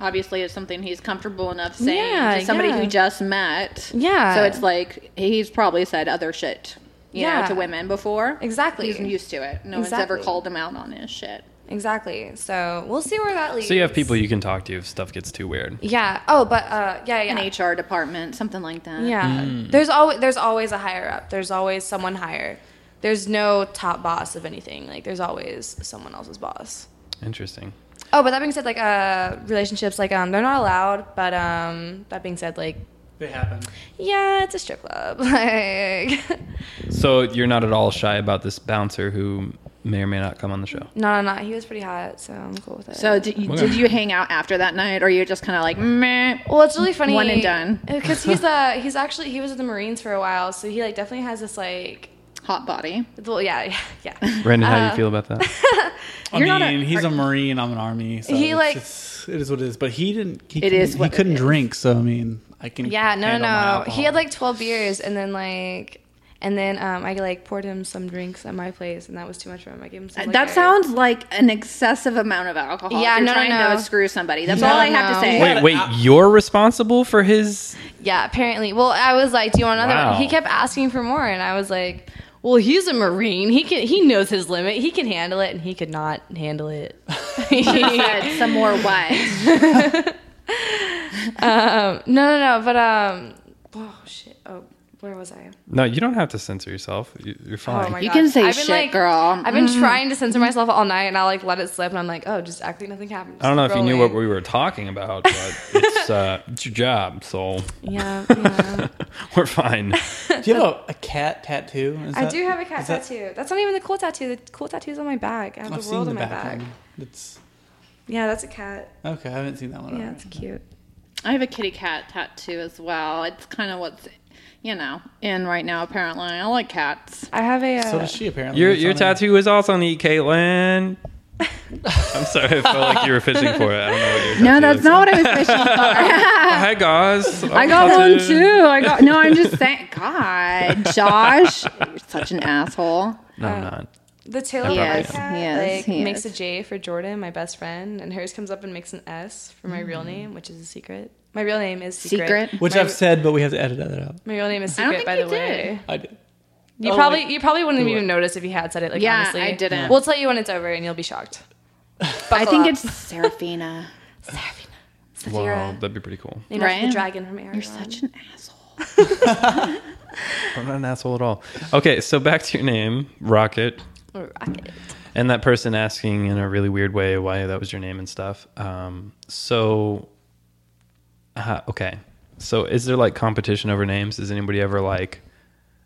[SPEAKER 3] obviously it's something he's comfortable enough saying
[SPEAKER 6] Yeah,
[SPEAKER 3] to somebody
[SPEAKER 6] yeah.
[SPEAKER 3] who just met.
[SPEAKER 6] Yeah.
[SPEAKER 3] So it's like he's probably said other shit, you
[SPEAKER 6] Yeah.
[SPEAKER 3] know, to women before.
[SPEAKER 6] Exactly.
[SPEAKER 3] He's used to it. No one's ever
[SPEAKER 6] Exactly.
[SPEAKER 3] called him out on his shit.
[SPEAKER 6] Exactly. So we'll see where that leads.
[SPEAKER 1] So you have people you can talk to if stuff gets too weird.
[SPEAKER 6] Yeah. Oh, but uh, yeah, yeah.
[SPEAKER 3] An HR department, something like that.
[SPEAKER 6] Yeah.
[SPEAKER 3] Mm.
[SPEAKER 6] There's always there's always a higher up. There's always someone higher. There's no top boss of anything. Like there's always someone else's boss.
[SPEAKER 2] Interesting.
[SPEAKER 6] Oh, but that being said, like uh, relationships, like um, they're not allowed. But um, that being said, like
[SPEAKER 4] They happen.
[SPEAKER 6] yeah, it's a strip club. Like
[SPEAKER 2] So you're not at all shy about this bouncer who may or may not come on the show.
[SPEAKER 6] no, no, no. He was pretty hot, so I'm cool with it.
[SPEAKER 3] So did you, did you hang out after that night, or you're just kind of like meh?
[SPEAKER 6] Well, it's really funny.
[SPEAKER 3] One and done.
[SPEAKER 6] Because he's uh he's actually he was in the Marines for a while, so he like definitely has this like
[SPEAKER 3] Hot body.
[SPEAKER 6] well yeah yeah. yeah.
[SPEAKER 2] Brandon, how do
[SPEAKER 6] Uh,
[SPEAKER 2] you feel about that?
[SPEAKER 4] I
[SPEAKER 6] You're
[SPEAKER 4] mean,
[SPEAKER 6] not a-
[SPEAKER 4] he's a marine. I'm an army. So
[SPEAKER 6] He,
[SPEAKER 4] it's
[SPEAKER 6] like-
[SPEAKER 4] just- it is what it is. But he didn't. He,
[SPEAKER 3] It is
[SPEAKER 4] couldn't-
[SPEAKER 3] what
[SPEAKER 4] he couldn't
[SPEAKER 3] it is.
[SPEAKER 4] drink. So I mean, I can.
[SPEAKER 6] Yeah, no,
[SPEAKER 4] handle my
[SPEAKER 6] no, no.
[SPEAKER 4] alcohol.
[SPEAKER 6] He had like 12 beers, and then like, and then um, I like poured him some drinks at my place, and that was too much for him. I gave him some.
[SPEAKER 3] That
[SPEAKER 6] liquor.
[SPEAKER 3] sounds like an excessive amount of alcohol.
[SPEAKER 6] Yeah,
[SPEAKER 3] if you're
[SPEAKER 6] no, no,
[SPEAKER 3] trying
[SPEAKER 6] no.
[SPEAKER 3] to screw somebody. That's
[SPEAKER 6] No,
[SPEAKER 3] all I have
[SPEAKER 6] no.
[SPEAKER 3] to say.
[SPEAKER 2] wait, wait, you're responsible for his?
[SPEAKER 6] Yeah, apparently. Well, I was like, "Do you want another?"
[SPEAKER 2] Wow.
[SPEAKER 6] one? He kept asking for more, and I was like, "Well, he's a marine. He can. He knows his limit. He can handle it, and he could not handle it."
[SPEAKER 3] Said some more what?
[SPEAKER 6] um, no, no, no. But um, oh shit. Oh, where was I?
[SPEAKER 2] No, you don't have to censor yourself. You- You're fine.
[SPEAKER 6] Oh my
[SPEAKER 3] You
[SPEAKER 6] God.
[SPEAKER 3] can say
[SPEAKER 6] I've been,
[SPEAKER 3] shit, girl. Mm-hmm.
[SPEAKER 6] I've been trying to censor myself all night, and I like let it slip, and I'm like, "Oh, just act like nothing happened."
[SPEAKER 2] I don't know if you knew what
[SPEAKER 6] we're.
[SPEAKER 2] we were talking about, but it's, uh, it's your job, so
[SPEAKER 6] Yeah, yeah.
[SPEAKER 2] we're fine.
[SPEAKER 4] Do you have a, a cat tattoo? Is
[SPEAKER 6] I
[SPEAKER 4] that-
[SPEAKER 6] do have a cat
[SPEAKER 4] is that-
[SPEAKER 6] tattoo. That's not even the cool tattoo. The cool tattoo's on my back. I have
[SPEAKER 4] I've
[SPEAKER 6] the
[SPEAKER 4] seen
[SPEAKER 6] world
[SPEAKER 4] the
[SPEAKER 6] on my
[SPEAKER 4] back.
[SPEAKER 6] back.
[SPEAKER 4] one. It's
[SPEAKER 6] Yeah, that's a cat.
[SPEAKER 4] okay. I haven't seen that one.
[SPEAKER 6] Yeah,
[SPEAKER 4] alright.
[SPEAKER 6] it's cute.
[SPEAKER 3] I have a kitty cat tattoo as well. It's kind of what's, you know, in right now. Apparently, I like cats.
[SPEAKER 6] I have a. Uh,
[SPEAKER 4] So does she apparently.
[SPEAKER 2] Your
[SPEAKER 4] It's
[SPEAKER 2] your
[SPEAKER 4] on there.
[SPEAKER 2] tattoo is also neat, Caitlin. I'm sorry, I felt like you were fishing for it. I don't know what you're.
[SPEAKER 3] No, that's not what I was fishing for.
[SPEAKER 2] Oh, Hi guys.
[SPEAKER 3] I got one too. I got no. I'm just saying. God, Josh, you're such an asshole.
[SPEAKER 2] No,
[SPEAKER 6] Oh.
[SPEAKER 2] I'm not.
[SPEAKER 6] the tail of my
[SPEAKER 3] Yes,
[SPEAKER 6] cat
[SPEAKER 3] yes,
[SPEAKER 6] like
[SPEAKER 3] yes.
[SPEAKER 6] makes a J for Jordan, my best friend, and hers comes up and makes an S for my
[SPEAKER 4] Mm.
[SPEAKER 6] real name, which is a secret. My real name is secret.
[SPEAKER 3] Secret.
[SPEAKER 4] Which
[SPEAKER 6] My-
[SPEAKER 4] I've said, but we have to edit that out.
[SPEAKER 6] My real name is
[SPEAKER 3] I don't think
[SPEAKER 6] secret, by
[SPEAKER 3] you
[SPEAKER 6] the
[SPEAKER 3] did.
[SPEAKER 6] way.
[SPEAKER 4] I did.
[SPEAKER 6] You
[SPEAKER 4] Oh,
[SPEAKER 6] probably
[SPEAKER 4] wait.
[SPEAKER 6] you probably wouldn't have
[SPEAKER 4] Do
[SPEAKER 6] even noticed if you had said it. Like
[SPEAKER 3] Yeah,
[SPEAKER 6] honestly,
[SPEAKER 3] I didn't.
[SPEAKER 6] We'll tell you when it's over, and you'll be shocked.
[SPEAKER 3] I think
[SPEAKER 6] up.
[SPEAKER 3] it's Serafina.
[SPEAKER 6] Seraphina,
[SPEAKER 2] Wow,
[SPEAKER 6] Saphira,
[SPEAKER 2] that'd be pretty cool.
[SPEAKER 6] named after the
[SPEAKER 3] Right?
[SPEAKER 6] dragon from Aragon.
[SPEAKER 3] You're such an asshole.
[SPEAKER 2] I'm not an asshole at all. Okay, so back to your name, Rocket,
[SPEAKER 6] Rocket.
[SPEAKER 2] and that person asking in a really weird way why that was your name and stuff. Um, so, uh, okay, so is there like competition over names? Is anybody ever like?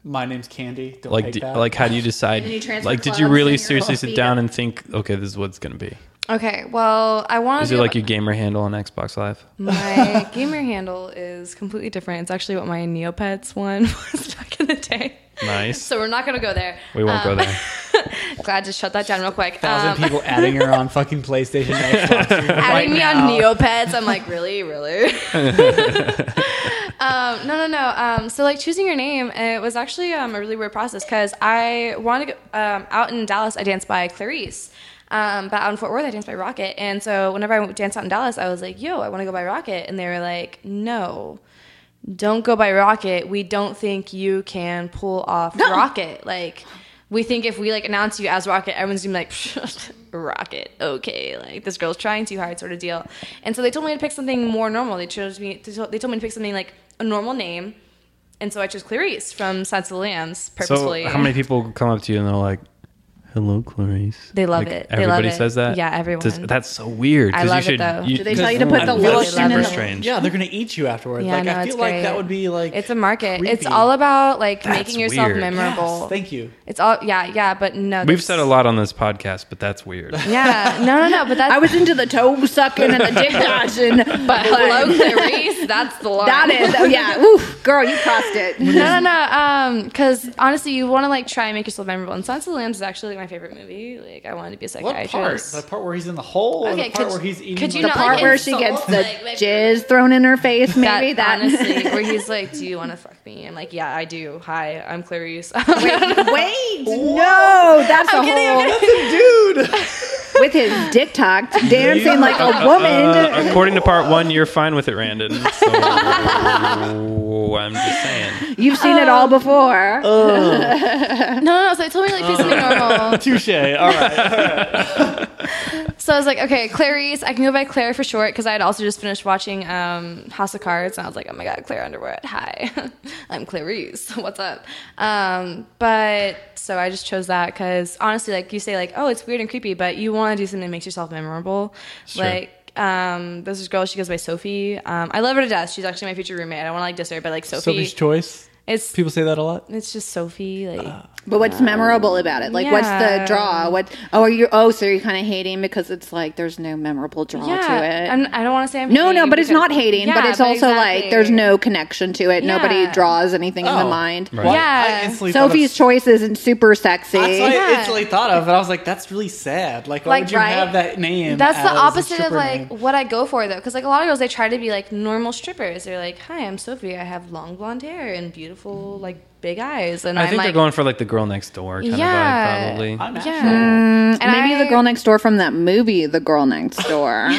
[SPEAKER 4] My name's Candy. Don't
[SPEAKER 2] like
[SPEAKER 4] take
[SPEAKER 2] d
[SPEAKER 4] that.
[SPEAKER 2] like
[SPEAKER 6] Um,
[SPEAKER 2] how do you decide
[SPEAKER 3] then you transfer
[SPEAKER 2] like did you
[SPEAKER 3] clubs
[SPEAKER 2] really
[SPEAKER 3] and you're
[SPEAKER 2] seriously
[SPEAKER 3] all
[SPEAKER 2] sit
[SPEAKER 3] beat
[SPEAKER 2] down
[SPEAKER 3] up.
[SPEAKER 2] and think okay this is what it's gonna be
[SPEAKER 6] Okay, well, I
[SPEAKER 3] Oh,
[SPEAKER 6] want
[SPEAKER 2] is
[SPEAKER 6] to.
[SPEAKER 2] it like your gamer handle on xbox live
[SPEAKER 6] My gamer handle is completely different. It's actually what my Neopets one was back in the day.
[SPEAKER 2] Nice.
[SPEAKER 6] So we're not gonna go there.
[SPEAKER 2] we won't go
[SPEAKER 6] Um,
[SPEAKER 2] there
[SPEAKER 6] Glad to shut that down real quick. Um,
[SPEAKER 4] thousand people adding her on fucking PlayStation. and Xbox
[SPEAKER 6] adding
[SPEAKER 4] right
[SPEAKER 6] me
[SPEAKER 4] now.
[SPEAKER 6] on Neopets. I'm like, really, really. um, no, no, no. Um, so like choosing your name, it was actually um, a really weird process because I wanted to go, um, out in Dallas. I danced by Clarice. Um, but out in Fort Worth, I danced by Rocket. And so whenever I danced out in Dallas, I was like, yo, I want to go by Rocket. And they were like, no, don't go by Rocket. We don't think you can pull off Rocket. Like, we think if we like announce you as Rocket, everyone's gonna be like, "Psh, Rocket, okay, like this girl's trying too hard, sort of deal. And so they told me to pick something more normal. They chose me. They told they told me to pick something like a normal name, and so I chose Clarice from Silence of the Lambs purposefully.
[SPEAKER 2] so how many people come up to you and they're like hello clarice
[SPEAKER 6] They love
[SPEAKER 2] Like,
[SPEAKER 6] it. They love
[SPEAKER 2] everybody
[SPEAKER 6] it.
[SPEAKER 2] says that
[SPEAKER 6] Yeah, everyone.
[SPEAKER 2] Does- that's so weird
[SPEAKER 6] I
[SPEAKER 2] 'cause
[SPEAKER 6] love it,
[SPEAKER 2] you should
[SPEAKER 6] though.
[SPEAKER 2] you-
[SPEAKER 3] Do they tell you to put the
[SPEAKER 4] I feel like
[SPEAKER 3] lotion in
[SPEAKER 2] super
[SPEAKER 3] the
[SPEAKER 2] strange
[SPEAKER 4] Yeah, they're gonna eat you afterwards.
[SPEAKER 6] Yeah,
[SPEAKER 4] like
[SPEAKER 6] no,
[SPEAKER 4] I
[SPEAKER 6] it's
[SPEAKER 4] feel like
[SPEAKER 6] great.
[SPEAKER 4] that would be like
[SPEAKER 6] it's a market. It's
[SPEAKER 4] creepy.
[SPEAKER 6] all about like
[SPEAKER 2] That's
[SPEAKER 6] making yourself
[SPEAKER 2] weird. Yes,
[SPEAKER 4] Yes,
[SPEAKER 6] memorable.
[SPEAKER 4] Thank you.
[SPEAKER 6] it's all yeah, yeah, but no.
[SPEAKER 2] we've
[SPEAKER 6] that's-
[SPEAKER 2] said a lot on this podcast but that's weird
[SPEAKER 6] Yeah, no, no, no. But that's
[SPEAKER 3] I was into the toe sucking and the dick dodging, but
[SPEAKER 6] Hello, Clarice. That's the line.
[SPEAKER 3] That is, oh yeah, oof, girl, you crossed it.
[SPEAKER 6] No, no, no. Um, because honestly, you want to like try and make yourself memorable. And Silence of the Lambs is actually like my favorite movie. Like I wanted to be a
[SPEAKER 4] What
[SPEAKER 6] psychiatrist.
[SPEAKER 4] part? The part where he's in the hole, or the part where he's eating
[SPEAKER 6] could you
[SPEAKER 4] the
[SPEAKER 6] not,
[SPEAKER 3] part
[SPEAKER 6] like,
[SPEAKER 3] where she
[SPEAKER 6] insult,
[SPEAKER 3] gets the
[SPEAKER 6] like, like-
[SPEAKER 3] jizz thrown in her face, maybe that.
[SPEAKER 6] honestly, where he's like, "Do you want to fuck me?" I'm like, "Yeah, I do." Hi, I'm Clarice.
[SPEAKER 3] Wait, no, that's a
[SPEAKER 6] kidding, I'm
[SPEAKER 3] whole
[SPEAKER 4] Oh, dude.
[SPEAKER 3] with his dick tucked, dancing like a
[SPEAKER 6] Uh,
[SPEAKER 3] woman.
[SPEAKER 2] Uh, according to part one, you're fine with it, Randon. So, I'm just saying.
[SPEAKER 3] You've seen it
[SPEAKER 6] um,
[SPEAKER 3] all before.
[SPEAKER 6] uh, no, no. So they told me like physically normal.
[SPEAKER 4] Touche. All right.
[SPEAKER 6] So I was like, okay, Clarice, I can go by Claire for short because I had also just finished watching um, House of Cards, and I was like, oh my god, Claire Underwood, hi, I'm Clarice, what's up? Um, but so I just chose that because honestly, like you say, like oh, it's weird and creepy, but you want to do something that makes yourself memorable. Like um, there's this girl, she goes by Sophie. Um, I love her to death. She's actually my future roommate. I don't want to like diss her, but like Sophie,
[SPEAKER 4] Sophie's choice.
[SPEAKER 6] it's
[SPEAKER 4] People say that a lot.
[SPEAKER 6] it's just Sophie, like.
[SPEAKER 3] But what's memorable about it? Like, what's the
[SPEAKER 6] yeah.
[SPEAKER 3] draw? What? Oh, are you? Oh, so you're kind of hating because it's like there's no memorable draw to it.
[SPEAKER 6] I'm, I don't want to say I'm
[SPEAKER 3] no, no,
[SPEAKER 6] hating
[SPEAKER 3] but it's
[SPEAKER 6] because-
[SPEAKER 3] not hating. but
[SPEAKER 6] Yeah,
[SPEAKER 3] it's also like there's
[SPEAKER 6] exactly.
[SPEAKER 3] no connection to it. Nobody
[SPEAKER 6] Yeah.
[SPEAKER 3] draws anything in the mind.
[SPEAKER 4] Why-
[SPEAKER 6] Yeah.
[SPEAKER 4] Oh. I instantly thought of-
[SPEAKER 3] Sophie's choice isn't super sexy.
[SPEAKER 4] That's what I
[SPEAKER 6] Yeah.
[SPEAKER 4] instantly thought of, and I was like, "That's really sad. Like, why
[SPEAKER 6] Like,
[SPEAKER 4] would you
[SPEAKER 6] right?
[SPEAKER 4] have that name?"
[SPEAKER 6] That's the
[SPEAKER 4] as a
[SPEAKER 6] opposite of
[SPEAKER 4] stripper
[SPEAKER 6] like
[SPEAKER 4] name?
[SPEAKER 6] what I go for though, because like a lot of girls, they try to be like normal strippers. They're like, "Hi, I'm Sophie. I have long blonde hair and beautiful like big eyes." And
[SPEAKER 2] I
[SPEAKER 6] am
[SPEAKER 2] think
[SPEAKER 6] like,
[SPEAKER 2] they're going for like the girl next door kind
[SPEAKER 6] Yeah.
[SPEAKER 2] of vibe, probably.
[SPEAKER 4] I'm actually-
[SPEAKER 6] yeah.
[SPEAKER 3] and Mm, maybe
[SPEAKER 6] I-
[SPEAKER 3] the girl next door from that movie, The Girl Next Door.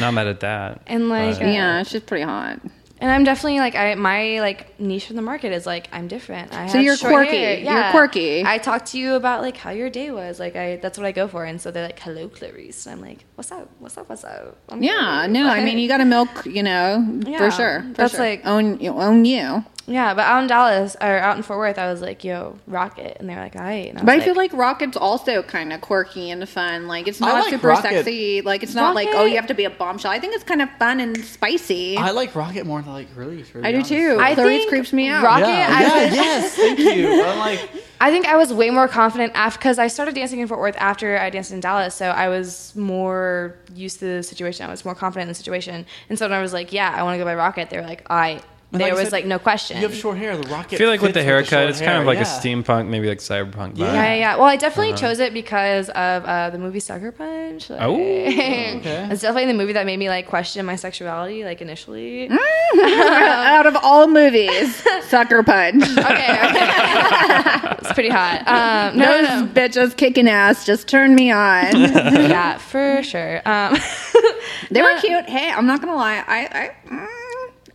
[SPEAKER 2] Not mad at that.
[SPEAKER 6] And like,
[SPEAKER 2] But-
[SPEAKER 6] uh,
[SPEAKER 3] yeah, she's pretty hot.
[SPEAKER 6] and I'm definitely like, I my like niche in the market is like, I'm different. I
[SPEAKER 3] So
[SPEAKER 6] have
[SPEAKER 3] you're
[SPEAKER 6] short
[SPEAKER 3] quirky.
[SPEAKER 6] hair.
[SPEAKER 3] You're quirky.
[SPEAKER 6] I talk to you about like how your day was. Like, I that's what I go for. And so they're like, "Hello, Clarice." And I'm like, "What's up? What's up? What's up?" I'm
[SPEAKER 3] Yeah,
[SPEAKER 6] Clarice.
[SPEAKER 3] no, I
[SPEAKER 6] Like-
[SPEAKER 3] mean you got to milk, you know, for
[SPEAKER 6] Yeah,
[SPEAKER 3] sure. For
[SPEAKER 6] that's
[SPEAKER 3] sure.
[SPEAKER 6] like-
[SPEAKER 3] own you own you.
[SPEAKER 6] Yeah, but out in Dallas or out in Fort Worth, I was like, "Yo, Rocket," and they were like, "All right." And I
[SPEAKER 3] But
[SPEAKER 6] was
[SPEAKER 3] I feel like Rocket's also kind of quirky and fun. Like it's
[SPEAKER 4] I
[SPEAKER 3] not
[SPEAKER 4] like
[SPEAKER 3] super
[SPEAKER 4] Rocket.
[SPEAKER 3] sexy. Like it's not like oh
[SPEAKER 6] Rocket-
[SPEAKER 3] you have to be a bombshell. I think it's kind of fun and spicy.
[SPEAKER 4] I
[SPEAKER 3] I,
[SPEAKER 4] like Rocket more than I like Relief. to be
[SPEAKER 3] do
[SPEAKER 4] honest.
[SPEAKER 3] too.
[SPEAKER 6] I
[SPEAKER 3] Clarice
[SPEAKER 6] think
[SPEAKER 3] creeps me out.
[SPEAKER 6] Rocket-
[SPEAKER 4] Yeah,
[SPEAKER 6] I-
[SPEAKER 4] yeah, yes, thank you. I'm like,
[SPEAKER 6] I think I was way more confident after because I started dancing in Fort Worth after I danced in Dallas, so I was more used to the situation. I was more confident in the situation, and so when I was like, "Yeah, I want to go by Rocket," they were like, "I."
[SPEAKER 4] And
[SPEAKER 6] there
[SPEAKER 4] like I
[SPEAKER 6] was
[SPEAKER 4] said,
[SPEAKER 6] like no question.
[SPEAKER 4] you have short hair. The Rocket.
[SPEAKER 2] I feel like with the
[SPEAKER 4] fits short
[SPEAKER 2] haircut, it's kind
[SPEAKER 4] hair,
[SPEAKER 2] of like
[SPEAKER 4] yeah.
[SPEAKER 2] a steampunk, maybe like cyberpunk vibe.
[SPEAKER 4] Yeah.
[SPEAKER 6] Yeah, yeah. Well, I definitely
[SPEAKER 4] Uh-huh.
[SPEAKER 6] chose it because of uh, the movie Sucker Punch. Like,
[SPEAKER 2] Oh,
[SPEAKER 6] it's definitely the movie that made me like question my sexuality, like initially.
[SPEAKER 3] Mm.
[SPEAKER 6] okay,
[SPEAKER 3] out of all movies, sucker punch.
[SPEAKER 6] okay. it's pretty hot. Um, no, no,
[SPEAKER 3] Those
[SPEAKER 6] no.
[SPEAKER 3] bitches kicking ass just turned me on.
[SPEAKER 6] yeah, for sure. Um,
[SPEAKER 3] They were cute. Hey, I'm not gonna lie. I I, mm,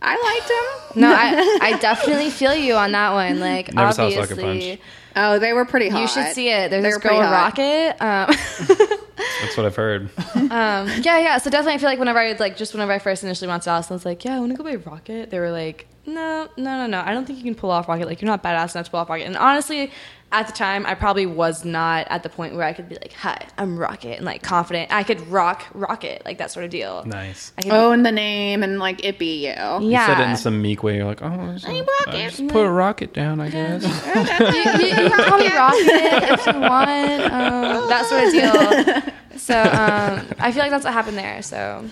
[SPEAKER 3] I liked them.
[SPEAKER 6] no, I, I definitely feel you on that one. Like,
[SPEAKER 2] Never saw
[SPEAKER 6] obviously,
[SPEAKER 2] Sucker Punch.
[SPEAKER 3] Oh, they were pretty hot.
[SPEAKER 6] you should see it. There's
[SPEAKER 3] They
[SPEAKER 6] this
[SPEAKER 3] were pretty
[SPEAKER 6] girl in
[SPEAKER 3] hot.
[SPEAKER 6] Rocket. Um,
[SPEAKER 2] that's what I've heard.
[SPEAKER 6] um, yeah, yeah. So definitely, I feel like whenever I like just whenever I first initially went to Dallas, I was like, yeah, I want to go by Rocket. They were like, no, no, no, no. I don't think you can pull off Rocket. Like, you're not badass enough to pull off Rocket. And honestly. At the time, I probably was not at the point where I could be like, "Hi, I'm Rocket," and like confident. I could rock Rocket, like that sort of deal.
[SPEAKER 2] Nice.
[SPEAKER 6] I could,
[SPEAKER 3] Own the name and like it be you.
[SPEAKER 6] yeah.
[SPEAKER 2] You said it in some meek way. You're like, oh, I just, I just put a rocket down, I guess.
[SPEAKER 6] you, you can call me Rocket if you want. Um, that sort of deal. So um, I feel like that's what happened there. So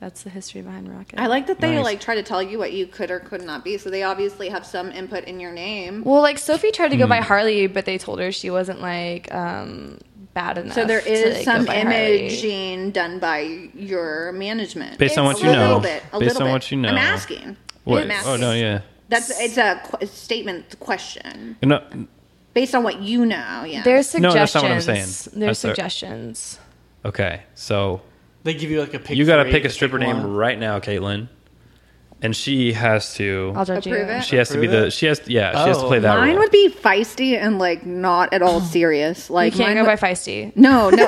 [SPEAKER 6] that's the history behind Rocket.
[SPEAKER 3] I like that they
[SPEAKER 2] Nice.
[SPEAKER 3] like try to tell you what you could or could not be. So they obviously have some input in your name.
[SPEAKER 6] Well, like Sophie tried to go by Harley, but they told her she wasn't like um, bad enough.
[SPEAKER 3] So there
[SPEAKER 6] to,
[SPEAKER 3] is
[SPEAKER 6] like, go
[SPEAKER 3] some
[SPEAKER 6] by Harley.
[SPEAKER 3] imaging done by your management.
[SPEAKER 2] Based on
[SPEAKER 6] It's
[SPEAKER 2] what
[SPEAKER 6] a
[SPEAKER 2] you
[SPEAKER 3] A
[SPEAKER 2] know.
[SPEAKER 3] little bit. A
[SPEAKER 2] Based
[SPEAKER 3] little
[SPEAKER 2] on
[SPEAKER 3] bit.
[SPEAKER 2] what you know.
[SPEAKER 3] I'm asking.
[SPEAKER 2] What?
[SPEAKER 3] I'm asking.
[SPEAKER 2] Oh, no, yeah.
[SPEAKER 3] That's it's a, qu- a statement question
[SPEAKER 2] No,
[SPEAKER 3] based on what you know. Yeah.
[SPEAKER 6] There's
[SPEAKER 2] No,
[SPEAKER 6] suggestions.
[SPEAKER 2] that's not what I'm saying.
[SPEAKER 6] There's
[SPEAKER 2] That's the-
[SPEAKER 6] suggestions.
[SPEAKER 2] okay, so
[SPEAKER 4] They give you like a pick.
[SPEAKER 2] you got to
[SPEAKER 4] three,
[SPEAKER 2] pick a stripper
[SPEAKER 4] one.
[SPEAKER 2] name right now, Caitlin. And she has to.
[SPEAKER 6] I'll judge
[SPEAKER 3] Approve
[SPEAKER 6] you.
[SPEAKER 3] it?
[SPEAKER 2] she has to be
[SPEAKER 4] Approve
[SPEAKER 2] the.
[SPEAKER 4] it?
[SPEAKER 2] She has. Yeah, she has to
[SPEAKER 4] Oh.
[SPEAKER 2] play that
[SPEAKER 3] mine
[SPEAKER 2] role.
[SPEAKER 3] would be feisty and like not at all serious.
[SPEAKER 6] You
[SPEAKER 3] Like
[SPEAKER 6] can't
[SPEAKER 3] mine
[SPEAKER 6] go by
[SPEAKER 3] would-
[SPEAKER 6] feisty.
[SPEAKER 3] no, no.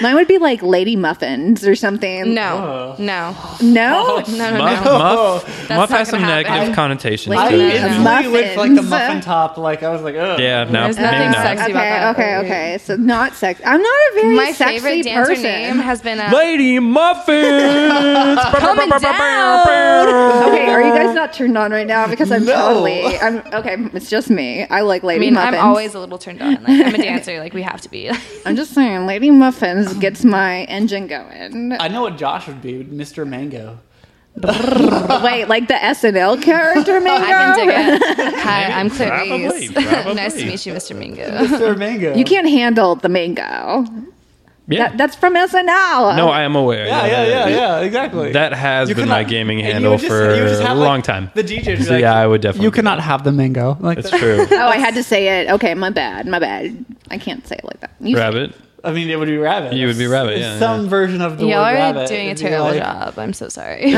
[SPEAKER 3] mine would be like Lady Muffins or something.
[SPEAKER 6] No, no,
[SPEAKER 3] No?
[SPEAKER 6] no, no,
[SPEAKER 2] Muff,
[SPEAKER 6] no.
[SPEAKER 4] Oh,
[SPEAKER 2] muff,
[SPEAKER 6] not
[SPEAKER 2] muff has
[SPEAKER 6] gonna
[SPEAKER 2] some
[SPEAKER 6] happen.
[SPEAKER 2] negative
[SPEAKER 6] I-
[SPEAKER 2] connotations
[SPEAKER 3] Like,
[SPEAKER 4] I
[SPEAKER 2] to it.
[SPEAKER 4] instantly went for like the
[SPEAKER 3] Muffins.
[SPEAKER 4] muffin top. Like I was like, oh
[SPEAKER 2] Yeah, no,
[SPEAKER 6] There's
[SPEAKER 2] maybe
[SPEAKER 6] nothing
[SPEAKER 2] not.
[SPEAKER 6] sexy.
[SPEAKER 3] Okay,
[SPEAKER 6] about that.
[SPEAKER 3] okay,
[SPEAKER 6] Wait.
[SPEAKER 3] okay. So not sex. I'm not a very
[SPEAKER 6] My
[SPEAKER 3] sexy
[SPEAKER 6] favorite dancer
[SPEAKER 3] person.
[SPEAKER 6] name has been uh,
[SPEAKER 2] Lady Muffins!
[SPEAKER 6] Coming down.
[SPEAKER 3] Okay, are you guys not turned on right now? Because I'm totally. I'm okay. It's just me. I like
[SPEAKER 6] I
[SPEAKER 3] lady
[SPEAKER 6] mean,
[SPEAKER 3] muffins.
[SPEAKER 6] I'm always a little turned on. Like, I'm a dancer. Like, we have to be.
[SPEAKER 3] I'm just saying, lady muffins gets my engine going.
[SPEAKER 4] I know what Josh would be, Mr. Mango.
[SPEAKER 3] Wait, like the SNL character, maybe?
[SPEAKER 6] I can dig it. Hi, I'm
[SPEAKER 1] Probably,
[SPEAKER 6] Clarice.
[SPEAKER 1] probably.
[SPEAKER 6] nice to meet you, Mr. Mingo.
[SPEAKER 4] Mr. Mango.
[SPEAKER 3] You can't handle the mango.
[SPEAKER 2] Yeah.
[SPEAKER 3] That, that's from SNL.
[SPEAKER 2] no, I am aware.
[SPEAKER 4] Yeah, yeah, yeah, yeah, exactly.
[SPEAKER 2] That has
[SPEAKER 4] You
[SPEAKER 2] been my
[SPEAKER 4] cannot-
[SPEAKER 2] gaming
[SPEAKER 4] and you
[SPEAKER 2] handle
[SPEAKER 4] would just-
[SPEAKER 2] for
[SPEAKER 4] you would just
[SPEAKER 2] a
[SPEAKER 4] have, like,
[SPEAKER 2] long time.
[SPEAKER 4] The DJ. 'd be
[SPEAKER 2] So
[SPEAKER 4] like,
[SPEAKER 2] yeah, I would definitely.
[SPEAKER 4] You cannot have the mango. Like
[SPEAKER 2] It's
[SPEAKER 4] that.
[SPEAKER 2] true.
[SPEAKER 3] Oh, I had to say it. Okay, my bad. My bad. I can't say it like that. You-
[SPEAKER 2] Rabbit.
[SPEAKER 4] I mean, it would be rabbit.
[SPEAKER 2] You would be rabbit,
[SPEAKER 4] It's
[SPEAKER 2] yeah,
[SPEAKER 4] some version of the
[SPEAKER 6] Y'all
[SPEAKER 4] word
[SPEAKER 6] are
[SPEAKER 4] rabbit.
[SPEAKER 6] doing a
[SPEAKER 4] It'd be
[SPEAKER 6] terrible
[SPEAKER 4] like-
[SPEAKER 6] job. I'm so sorry.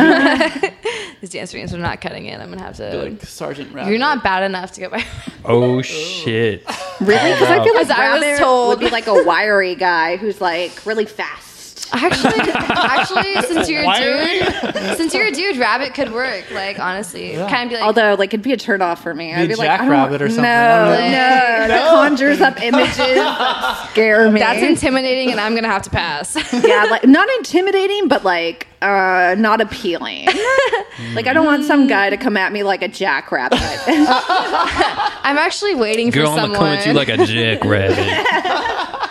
[SPEAKER 6] These dance rings are not cutting it. I'm gonna have to.
[SPEAKER 4] Like Sergeant Rabbit.
[SPEAKER 6] You're not bad enough to get by.
[SPEAKER 2] Oh shit.
[SPEAKER 3] Really? Because I feel like
[SPEAKER 6] As I was
[SPEAKER 3] Rabbit
[SPEAKER 6] told.
[SPEAKER 3] would be like a wiry guy who's like really fast.
[SPEAKER 6] actually, actually, since you're a
[SPEAKER 4] Wiry?
[SPEAKER 6] dude, since you're a dude, rabbit could work. Like honestly, kind of be like.
[SPEAKER 3] Although, like, it'd be a turnoff for me. I'd
[SPEAKER 4] a
[SPEAKER 3] be like, I don't-
[SPEAKER 4] jackrabbit or something. I
[SPEAKER 3] No,
[SPEAKER 4] don't
[SPEAKER 3] no,
[SPEAKER 4] know.
[SPEAKER 3] That conjures up images that scare me.
[SPEAKER 6] that's intimidating, and I'm gonna have to pass.
[SPEAKER 3] yeah, like not intimidating, but like uh, not appealing. like I don't want
[SPEAKER 6] Mm.
[SPEAKER 3] some guy to come at me like a jackrabbit.
[SPEAKER 6] I'm actually waiting
[SPEAKER 2] Girl,
[SPEAKER 6] for
[SPEAKER 2] I'm
[SPEAKER 6] someone.
[SPEAKER 2] gonna come at you like a jackrabbit.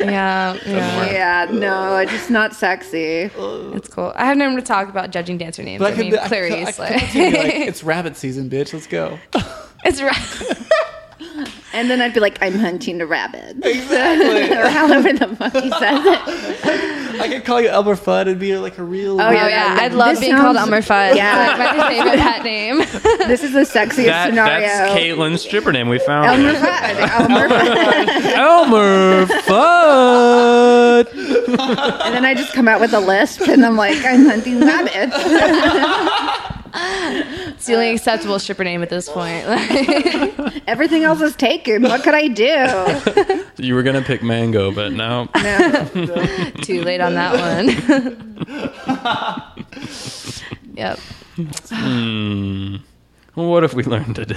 [SPEAKER 6] yeah, yeah,
[SPEAKER 3] yeah, no, it's just not sexy.
[SPEAKER 6] it's cool. I have no one to talk about judging dancer names.
[SPEAKER 4] But I
[SPEAKER 6] I
[SPEAKER 4] could-
[SPEAKER 6] mean,
[SPEAKER 4] I could- I
[SPEAKER 6] Clarice.
[SPEAKER 4] could come up to you and be like, it's rabbit season, bitch. Let's go.
[SPEAKER 6] it's right.
[SPEAKER 3] And then I'd be like, I'm hunting a rabbit,
[SPEAKER 4] Exactly.
[SPEAKER 3] or however the fuck he says it.
[SPEAKER 4] I could call you Elmer Fudd. It'd be like a real.
[SPEAKER 3] Oh,
[SPEAKER 6] Oh yeah,
[SPEAKER 3] yeah,
[SPEAKER 6] I'd love
[SPEAKER 3] this
[SPEAKER 6] being called
[SPEAKER 3] sounds-
[SPEAKER 6] Elmer Fudd.
[SPEAKER 3] Yeah.
[SPEAKER 6] Yeah, like my favorite pet name.
[SPEAKER 3] This is the sexiest
[SPEAKER 2] that,
[SPEAKER 3] scenario.
[SPEAKER 2] that's Caitlin's stripper name. We found
[SPEAKER 3] Elmer
[SPEAKER 2] it.
[SPEAKER 3] Fudd, Elmer Fudd.
[SPEAKER 2] Elmer Fudd.
[SPEAKER 3] and then I just come out with a lisp, and I'm like, I'm hunting rabbits.
[SPEAKER 6] It's the only acceptable stripper name at this point.
[SPEAKER 3] Everything else is taken. What could I do?
[SPEAKER 2] You were gonna pick mango, but no.
[SPEAKER 3] No.
[SPEAKER 6] Too late on that one. yep.
[SPEAKER 2] Hmm. What have we learned today?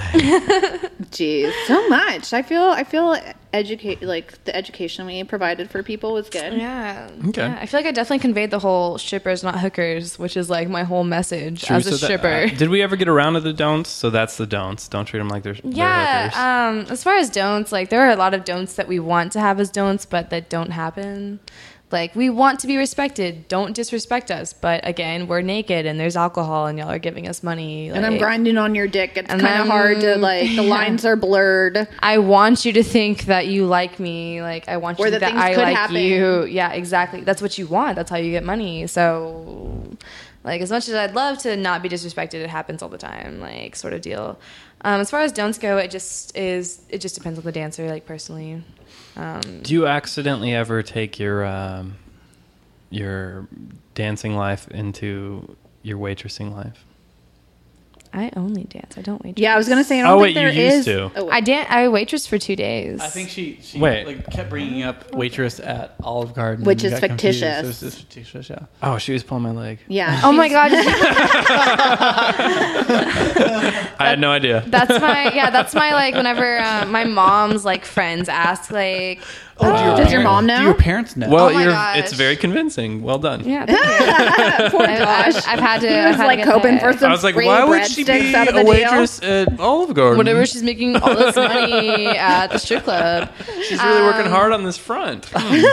[SPEAKER 3] Jeez, so much. I feel I feel educate like the education we provided for people was good.
[SPEAKER 6] Yeah.
[SPEAKER 2] Okay.
[SPEAKER 6] Yeah, I feel like I definitely conveyed the whole strippers not hookers, which is like my whole message
[SPEAKER 2] Should we
[SPEAKER 6] as a
[SPEAKER 2] set that-
[SPEAKER 6] stripper.
[SPEAKER 2] uh, did we ever get around to the don'ts? So that's the don'ts. Don't treat them like they're, they're hookers.
[SPEAKER 6] yeah. Um, as far as don'ts, like there are a lot of don'ts that we want to have as don'ts, but that don't happen. Like we want to be respected. Don't disrespect us. But again, we're naked and there's alcohol and y'all are giving us money.
[SPEAKER 3] And I'm
[SPEAKER 6] like-
[SPEAKER 3] grinding on your dick. It's
[SPEAKER 6] And
[SPEAKER 3] kind of
[SPEAKER 6] I'm-
[SPEAKER 3] hard to like the lines are blurred.
[SPEAKER 6] I want you to think that you like me. Like I want you
[SPEAKER 3] Or
[SPEAKER 6] to
[SPEAKER 3] that
[SPEAKER 6] think
[SPEAKER 3] things
[SPEAKER 6] that I
[SPEAKER 3] could
[SPEAKER 6] like
[SPEAKER 3] happen.
[SPEAKER 6] you. Yeah, exactly. That's what you want. That's how you get money. So like as much as I'd love to not be disrespected, it happens all the time, like sort of deal. Um, as far as don'ts go, it just is it just depends on the dancer, like personally. Um,
[SPEAKER 2] Do you accidentally ever take your um, your dancing life into your waitressing life?
[SPEAKER 6] I only dance. I don't waitress.
[SPEAKER 3] Yeah, I was gonna say. I
[SPEAKER 2] Oh,
[SPEAKER 3] don't think
[SPEAKER 2] wait, you
[SPEAKER 3] there
[SPEAKER 2] used to.
[SPEAKER 3] is- Oh,
[SPEAKER 6] I dan- I waitress for two days.
[SPEAKER 4] I think she, she
[SPEAKER 2] Wait.
[SPEAKER 4] like kept bringing up waitress at Olive Garden,
[SPEAKER 3] Which
[SPEAKER 4] and
[SPEAKER 3] is
[SPEAKER 4] got confused.
[SPEAKER 3] fictitious.
[SPEAKER 4] It was just fictitious, yeah.
[SPEAKER 2] Oh, she was pulling my leg.
[SPEAKER 3] yeah.
[SPEAKER 6] Oh my god,
[SPEAKER 2] I had no idea.
[SPEAKER 6] that's my yeah, that's my like whenever uh, my mom's like friends ask like
[SPEAKER 4] Oh, do
[SPEAKER 3] Does your
[SPEAKER 4] parents-
[SPEAKER 3] mom
[SPEAKER 4] Do
[SPEAKER 3] know?
[SPEAKER 4] your parents know?
[SPEAKER 2] Well,
[SPEAKER 6] Oh my
[SPEAKER 2] you're,
[SPEAKER 6] gosh.
[SPEAKER 2] it's very convincing. Well done.
[SPEAKER 6] yeah, thank you.
[SPEAKER 3] Poor
[SPEAKER 6] I've,
[SPEAKER 3] Josh.
[SPEAKER 6] I've had to.
[SPEAKER 3] He
[SPEAKER 6] I've
[SPEAKER 3] was
[SPEAKER 6] had
[SPEAKER 3] like
[SPEAKER 6] to get
[SPEAKER 3] hoping for
[SPEAKER 6] that.
[SPEAKER 3] some free breadsticks out of the deal.
[SPEAKER 2] at Olive Garden?
[SPEAKER 6] Whatever she's making all this money at the strip club.
[SPEAKER 2] She's really working
[SPEAKER 3] Um,
[SPEAKER 2] hard on this front. Hmm.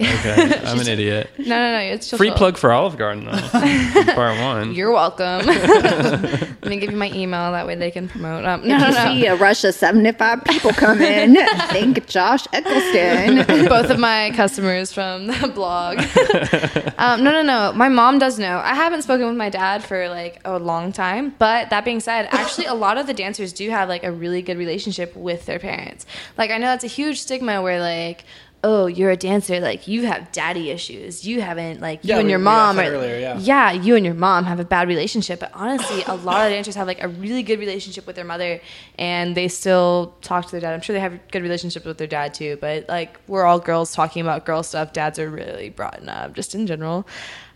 [SPEAKER 2] okay, I'm an idiot.
[SPEAKER 6] No, no, no. It's just
[SPEAKER 2] Free plug for Olive Garden though. Part one.
[SPEAKER 6] You're welcome. Let me give you my email. That way they can promote. Um, no, no,
[SPEAKER 3] You
[SPEAKER 6] no.
[SPEAKER 3] see a rush of 75 people come in. Thank Josh Eccleston.
[SPEAKER 6] Both of my customers from the blog. um, no, no, no. My mom does know. I haven't spoken with my dad for like a long time. But that being said, actually, a lot of the dancers do have like a really good relationship with their parents. Like, I know that's a huge stigma where like, oh, you're a dancer, like you have daddy issues. You haven't like you
[SPEAKER 4] Yeah,
[SPEAKER 6] and
[SPEAKER 4] we-
[SPEAKER 6] your
[SPEAKER 4] we
[SPEAKER 6] mom
[SPEAKER 4] asked
[SPEAKER 6] are
[SPEAKER 4] that earlier, yeah.
[SPEAKER 6] yeah, you and your mom have a bad relationship, but honestly, a lot of dancers have like a really good relationship with their mother and they still talk to their dad. I'm sure they have good relationships with their dad too, but like we're all girls talking about girl stuff. Dads are really brought up just in general.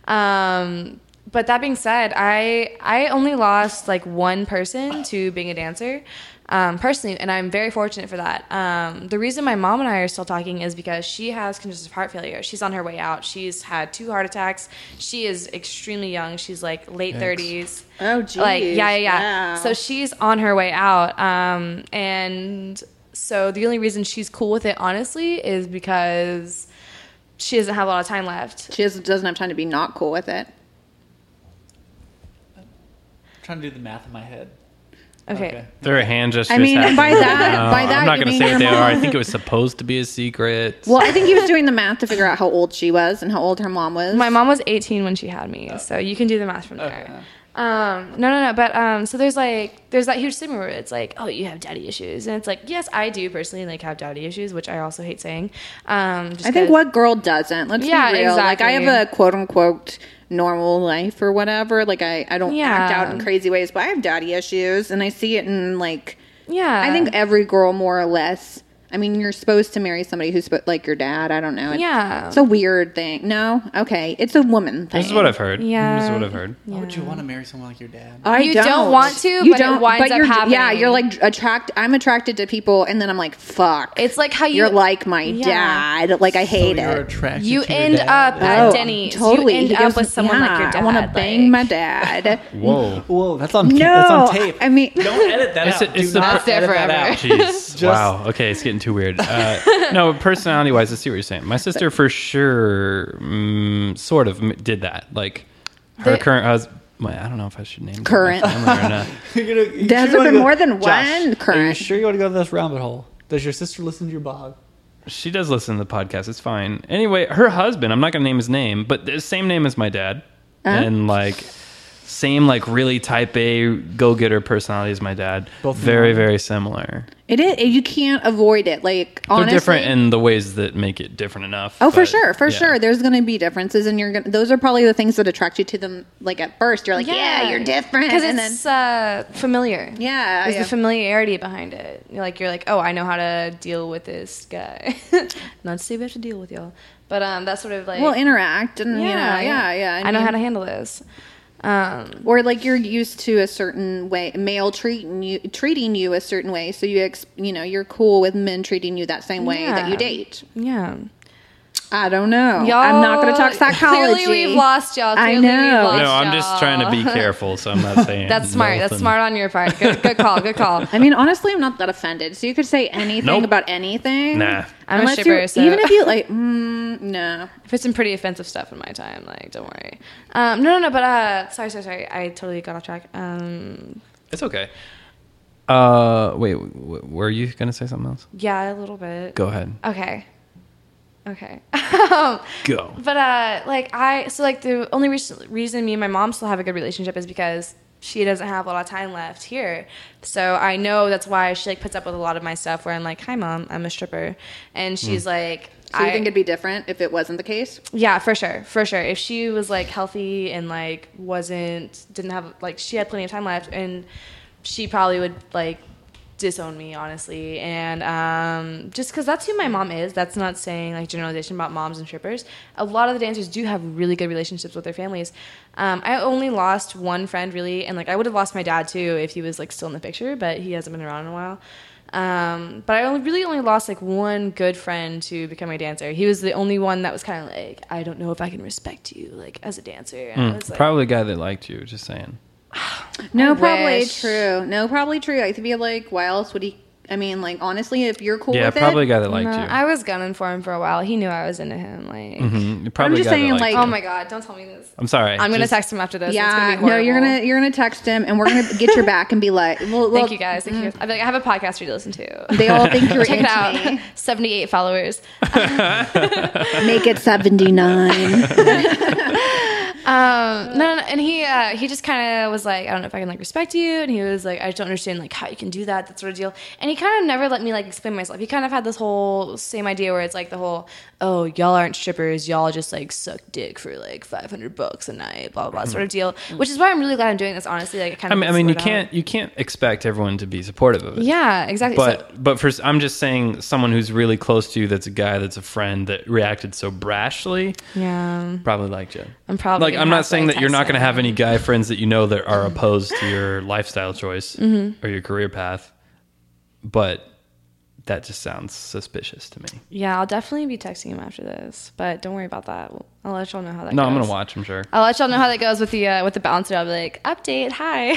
[SPEAKER 6] Um, but that being said, I I only lost like one person to being a dancer um, personally, and I'm very fortunate for that. Um, the reason my mom and I are still talking is because she has congestive heart failure. She's on her way out. She's had two heart attacks. She is extremely young. She's like late 30s.
[SPEAKER 3] Oh, geez.
[SPEAKER 6] Like yeah, yeah, yeah.
[SPEAKER 3] Wow.
[SPEAKER 6] So she's on her way out, um, and so the only reason she's cool with it, honestly, is because she doesn't have a lot of time left.
[SPEAKER 3] She has, doesn't have time to be not cool with it.
[SPEAKER 4] trying to do the math in my head.
[SPEAKER 6] Okay.
[SPEAKER 2] There are hand gestures.
[SPEAKER 3] I mean,
[SPEAKER 2] happening
[SPEAKER 3] by
[SPEAKER 2] right
[SPEAKER 3] that-
[SPEAKER 2] now.
[SPEAKER 3] by that
[SPEAKER 2] Oh, I'm not
[SPEAKER 3] you
[SPEAKER 2] gonna
[SPEAKER 3] mean
[SPEAKER 2] say what
[SPEAKER 3] your
[SPEAKER 2] they are. I
[SPEAKER 3] mom.
[SPEAKER 2] think it was supposed to be a secret.
[SPEAKER 3] Well, I think he was doing the math to figure out how old she was and how old her mom was.
[SPEAKER 6] My mom was 18 when she had me, so you can do the math from there. Um, no, no, no. But um, so there's like there's that huge stigma where it's like, oh, you have daddy issues, and it's like, yes, I do personally like have daddy issues, which I also hate saying. Um, just
[SPEAKER 3] I think
[SPEAKER 6] 'cause-
[SPEAKER 3] what girl doesn't? Let's
[SPEAKER 6] Yeah,
[SPEAKER 3] be real. Like I
[SPEAKER 6] exactly.
[SPEAKER 3] have a quote unquote normal life or whatever. Like I, I don't act
[SPEAKER 6] Yeah.
[SPEAKER 3] out in crazy ways, but I have daddy issues and I see it in like
[SPEAKER 6] Yeah,
[SPEAKER 3] I think every girl more or less. I mean, you're supposed to marry somebody who's spo- like your dad. I don't know. It's,
[SPEAKER 6] Yeah.
[SPEAKER 3] it's a weird thing. No, okay, it's a woman thing.
[SPEAKER 2] this is what I've heard.
[SPEAKER 6] Yeah.
[SPEAKER 2] This is what I've heard.
[SPEAKER 4] Why would you want to marry someone like your dad?
[SPEAKER 3] I
[SPEAKER 6] You don't want to, but it winds up
[SPEAKER 3] you're, Yeah,
[SPEAKER 6] happening.
[SPEAKER 3] you're like attract. I'm attracted to people, and then I'm like, fuck.
[SPEAKER 6] It's like how you-
[SPEAKER 3] you're like my
[SPEAKER 6] Yeah.
[SPEAKER 3] dad. Like I hate
[SPEAKER 4] so you're
[SPEAKER 3] it.
[SPEAKER 4] attracted
[SPEAKER 6] you
[SPEAKER 4] to your
[SPEAKER 6] end
[SPEAKER 4] dad.
[SPEAKER 6] up at
[SPEAKER 3] Oh,
[SPEAKER 6] Denny's.
[SPEAKER 3] Totally.
[SPEAKER 6] Uh, you end
[SPEAKER 3] He
[SPEAKER 6] up
[SPEAKER 3] goes,
[SPEAKER 6] with someone like your
[SPEAKER 3] "Yeah,
[SPEAKER 6] dad.
[SPEAKER 3] I want to bang
[SPEAKER 6] like-
[SPEAKER 3] my dad.
[SPEAKER 2] Whoa.
[SPEAKER 4] Whoa, that's on.
[SPEAKER 3] no,
[SPEAKER 4] That's on tape.
[SPEAKER 3] I mean,
[SPEAKER 4] don't edit that
[SPEAKER 2] It's
[SPEAKER 4] out.
[SPEAKER 2] a- it's
[SPEAKER 4] Do
[SPEAKER 2] a-
[SPEAKER 4] not
[SPEAKER 6] That's there
[SPEAKER 4] edit that
[SPEAKER 6] forever.
[SPEAKER 4] out.
[SPEAKER 2] Jeez. wow. Okay, it's getting too weird. Uh, no, personality wise, I see what you're saying. My sister, for sure, mm, sort of m- did that. Like her
[SPEAKER 6] The-
[SPEAKER 2] current husband. I don't know if I should name them my
[SPEAKER 3] Current.
[SPEAKER 2] family or not.
[SPEAKER 4] You're gonna- you
[SPEAKER 3] There
[SPEAKER 4] sure
[SPEAKER 3] hasn't
[SPEAKER 4] wanna
[SPEAKER 3] been
[SPEAKER 4] go-
[SPEAKER 3] more than
[SPEAKER 4] Josh,
[SPEAKER 3] one
[SPEAKER 4] Are you
[SPEAKER 3] current.
[SPEAKER 4] sure you want to go down this rabbit hole? Does your sister listen to your blog?
[SPEAKER 2] She does listen to the podcast. It's fine. Anyway, her husband. I'm not gonna name his name, but the same name as my dad,
[SPEAKER 3] Uh-huh.
[SPEAKER 2] and like same like really type A go getter personality as my dad.
[SPEAKER 4] Both of them
[SPEAKER 2] very
[SPEAKER 4] are.
[SPEAKER 2] very similar.
[SPEAKER 3] it is. You can't avoid it. Like honestly,
[SPEAKER 2] They're different in the ways that make it different enough.
[SPEAKER 3] Oh, for
[SPEAKER 2] but,
[SPEAKER 3] sure, for
[SPEAKER 2] yeah.
[SPEAKER 3] sure. There's going to be differences, and you're gonna, those are probably the things that attract you to them. Like at first, you're like, yeah, you're different,
[SPEAKER 6] because
[SPEAKER 3] and
[SPEAKER 6] it's uh, familiar.
[SPEAKER 3] Yeah,
[SPEAKER 6] there's
[SPEAKER 3] yeah.
[SPEAKER 6] the familiarity behind it. You're like you're like, oh, I know how to deal with this guy. Not to say we have to deal with y'all, but um, that's sort of like
[SPEAKER 3] then we'll interact, and you know, yeah, yeah.
[SPEAKER 6] I, know
[SPEAKER 3] mean-
[SPEAKER 6] how to handle this. Um,
[SPEAKER 3] or like you're used to a certain way male treating you treating you a certain way so you ex, you know you're cool with men treating you that same way that
[SPEAKER 6] Yeah.
[SPEAKER 3] you date
[SPEAKER 6] yeah,
[SPEAKER 3] i don't know
[SPEAKER 6] y'all.
[SPEAKER 3] i'm not going to talk psychology
[SPEAKER 6] Clearly, we've lost y'all.
[SPEAKER 3] I
[SPEAKER 6] Clearly we've
[SPEAKER 3] know.
[SPEAKER 6] lost
[SPEAKER 2] No, I'm just
[SPEAKER 6] y'all.
[SPEAKER 2] trying to be careful, so I'm not saying.
[SPEAKER 6] That's smart. That's
[SPEAKER 2] nothing.
[SPEAKER 6] smart on your part. Good, good call. Good call.
[SPEAKER 3] I mean, honestly, I'm not that offended. So you could say anything
[SPEAKER 2] Nope.
[SPEAKER 3] about anything.
[SPEAKER 2] Nah.
[SPEAKER 6] I'm a
[SPEAKER 3] Unless you-
[SPEAKER 6] shipper, so-
[SPEAKER 3] even if you like, mm, no.
[SPEAKER 6] I've had some pretty offensive stuff in my time. Like, don't worry. Um, no, no, no. But uh, sorry, sorry, sorry. I totally got off track. Um,
[SPEAKER 2] It's okay. Uh, wait, w- w- were you gonna say something else?
[SPEAKER 6] yeah, a little bit.
[SPEAKER 2] Go ahead.
[SPEAKER 6] Okay. Okay. um,
[SPEAKER 2] Go.
[SPEAKER 3] Oh.
[SPEAKER 6] but uh, like I, so like the only reason, reason me and my mom still have a good relationship is because she doesn't have a lot of time left here. So I know that's why she like puts up with a lot of my stuff. Where I'm like, hi mom, I'm a stripper, and she's like,
[SPEAKER 3] Hmm. So you
[SPEAKER 6] I-
[SPEAKER 3] think it'd be different if it wasn't the case?
[SPEAKER 6] Yeah, for sure, for sure. If she was like healthy and like wasn't didn't have like she had plenty of time left, and she probably would like disown me honestly, and um, just because that's who my mom is. That's not saying like generalization about moms and strippers. A lot of the dancers do have really good relationships with their families. Um, I only lost one friend really, and like I would have lost my dad too if he was like still in the picture, but he hasn't been around in a while. Um, but I only, really only lost like one good friend to become a dancer. He was the only one that was kind of like, I don't know if I can respect you like as a dancer. And I was
[SPEAKER 2] Hmm,
[SPEAKER 6] like,
[SPEAKER 2] Probably a guy that liked you. Just saying.
[SPEAKER 3] No,
[SPEAKER 6] I
[SPEAKER 3] probably
[SPEAKER 6] wish.
[SPEAKER 3] true. No, probably true. I feel like, why else would he? I mean, like honestly, if you're cool
[SPEAKER 2] yeah,
[SPEAKER 3] with
[SPEAKER 2] probably a
[SPEAKER 3] it,
[SPEAKER 2] guy that liked
[SPEAKER 6] "No,
[SPEAKER 2] you.
[SPEAKER 6] I was gunning for him for a while. He knew I was into him. Like,
[SPEAKER 2] Mhm, probably
[SPEAKER 3] just
[SPEAKER 2] a guy that
[SPEAKER 3] saying,
[SPEAKER 2] liked
[SPEAKER 3] like-
[SPEAKER 2] you.
[SPEAKER 6] oh my god, don't tell me this.
[SPEAKER 2] I'm sorry.
[SPEAKER 6] I'm gonna
[SPEAKER 2] Just-
[SPEAKER 6] text him after this. Yeah,
[SPEAKER 3] yeah, no, you're gonna you're gonna text him, and we're gonna get your back and be like, well, well, mm.
[SPEAKER 6] Thank you guys. Thank you. guys. I'd be like, I have a podcast for you to listen to.
[SPEAKER 3] They all think you're
[SPEAKER 6] Check it
[SPEAKER 3] into
[SPEAKER 6] out.
[SPEAKER 3] me.
[SPEAKER 6] 78 followers.
[SPEAKER 3] Make it seventy nine.
[SPEAKER 6] Um, no, no, no, and he uh, he just kind of was like, I don't know if I can like respect you, and he was like, I just don't understand like how you can do that, that sort of deal. And he kind of never let me like explain myself. He kind of had this whole same idea where it's like the whole, oh, y'all aren't strippers, y'all just like suck dick for like five hundred bucks a night, blah blah, blah sort of deal. Which is why I'm really glad I'm doing this. Honestly, like it kind
[SPEAKER 2] Mm. I mean,
[SPEAKER 6] of.
[SPEAKER 2] I mean, you can't you can't expect everyone to be supportive of it.
[SPEAKER 6] Yeah, exactly. so,
[SPEAKER 2] But but for I'm just saying someone who's really close to you that's a guy that's a friend that reacted so brashly
[SPEAKER 6] yeah,
[SPEAKER 2] probably liked you.
[SPEAKER 6] I'm probably
[SPEAKER 2] like
[SPEAKER 6] gonna
[SPEAKER 2] I'm not
[SPEAKER 6] have to,
[SPEAKER 2] saying
[SPEAKER 6] like,
[SPEAKER 2] that you're
[SPEAKER 6] text
[SPEAKER 2] not going to
[SPEAKER 6] him.
[SPEAKER 2] have any guy friends that you know that are opposed to your lifestyle choice
[SPEAKER 6] Mm-hmm.
[SPEAKER 2] or your career path, but that just sounds suspicious to me.
[SPEAKER 6] yeah, I'll definitely be texting him after this, but don't worry about that. I'll let y'all know how that.
[SPEAKER 2] No,
[SPEAKER 6] goes.
[SPEAKER 2] I'm going to watch. I'm sure.
[SPEAKER 6] I'll let y'all know how that goes with the uh, with the bouncer. I'll be like, update, hi,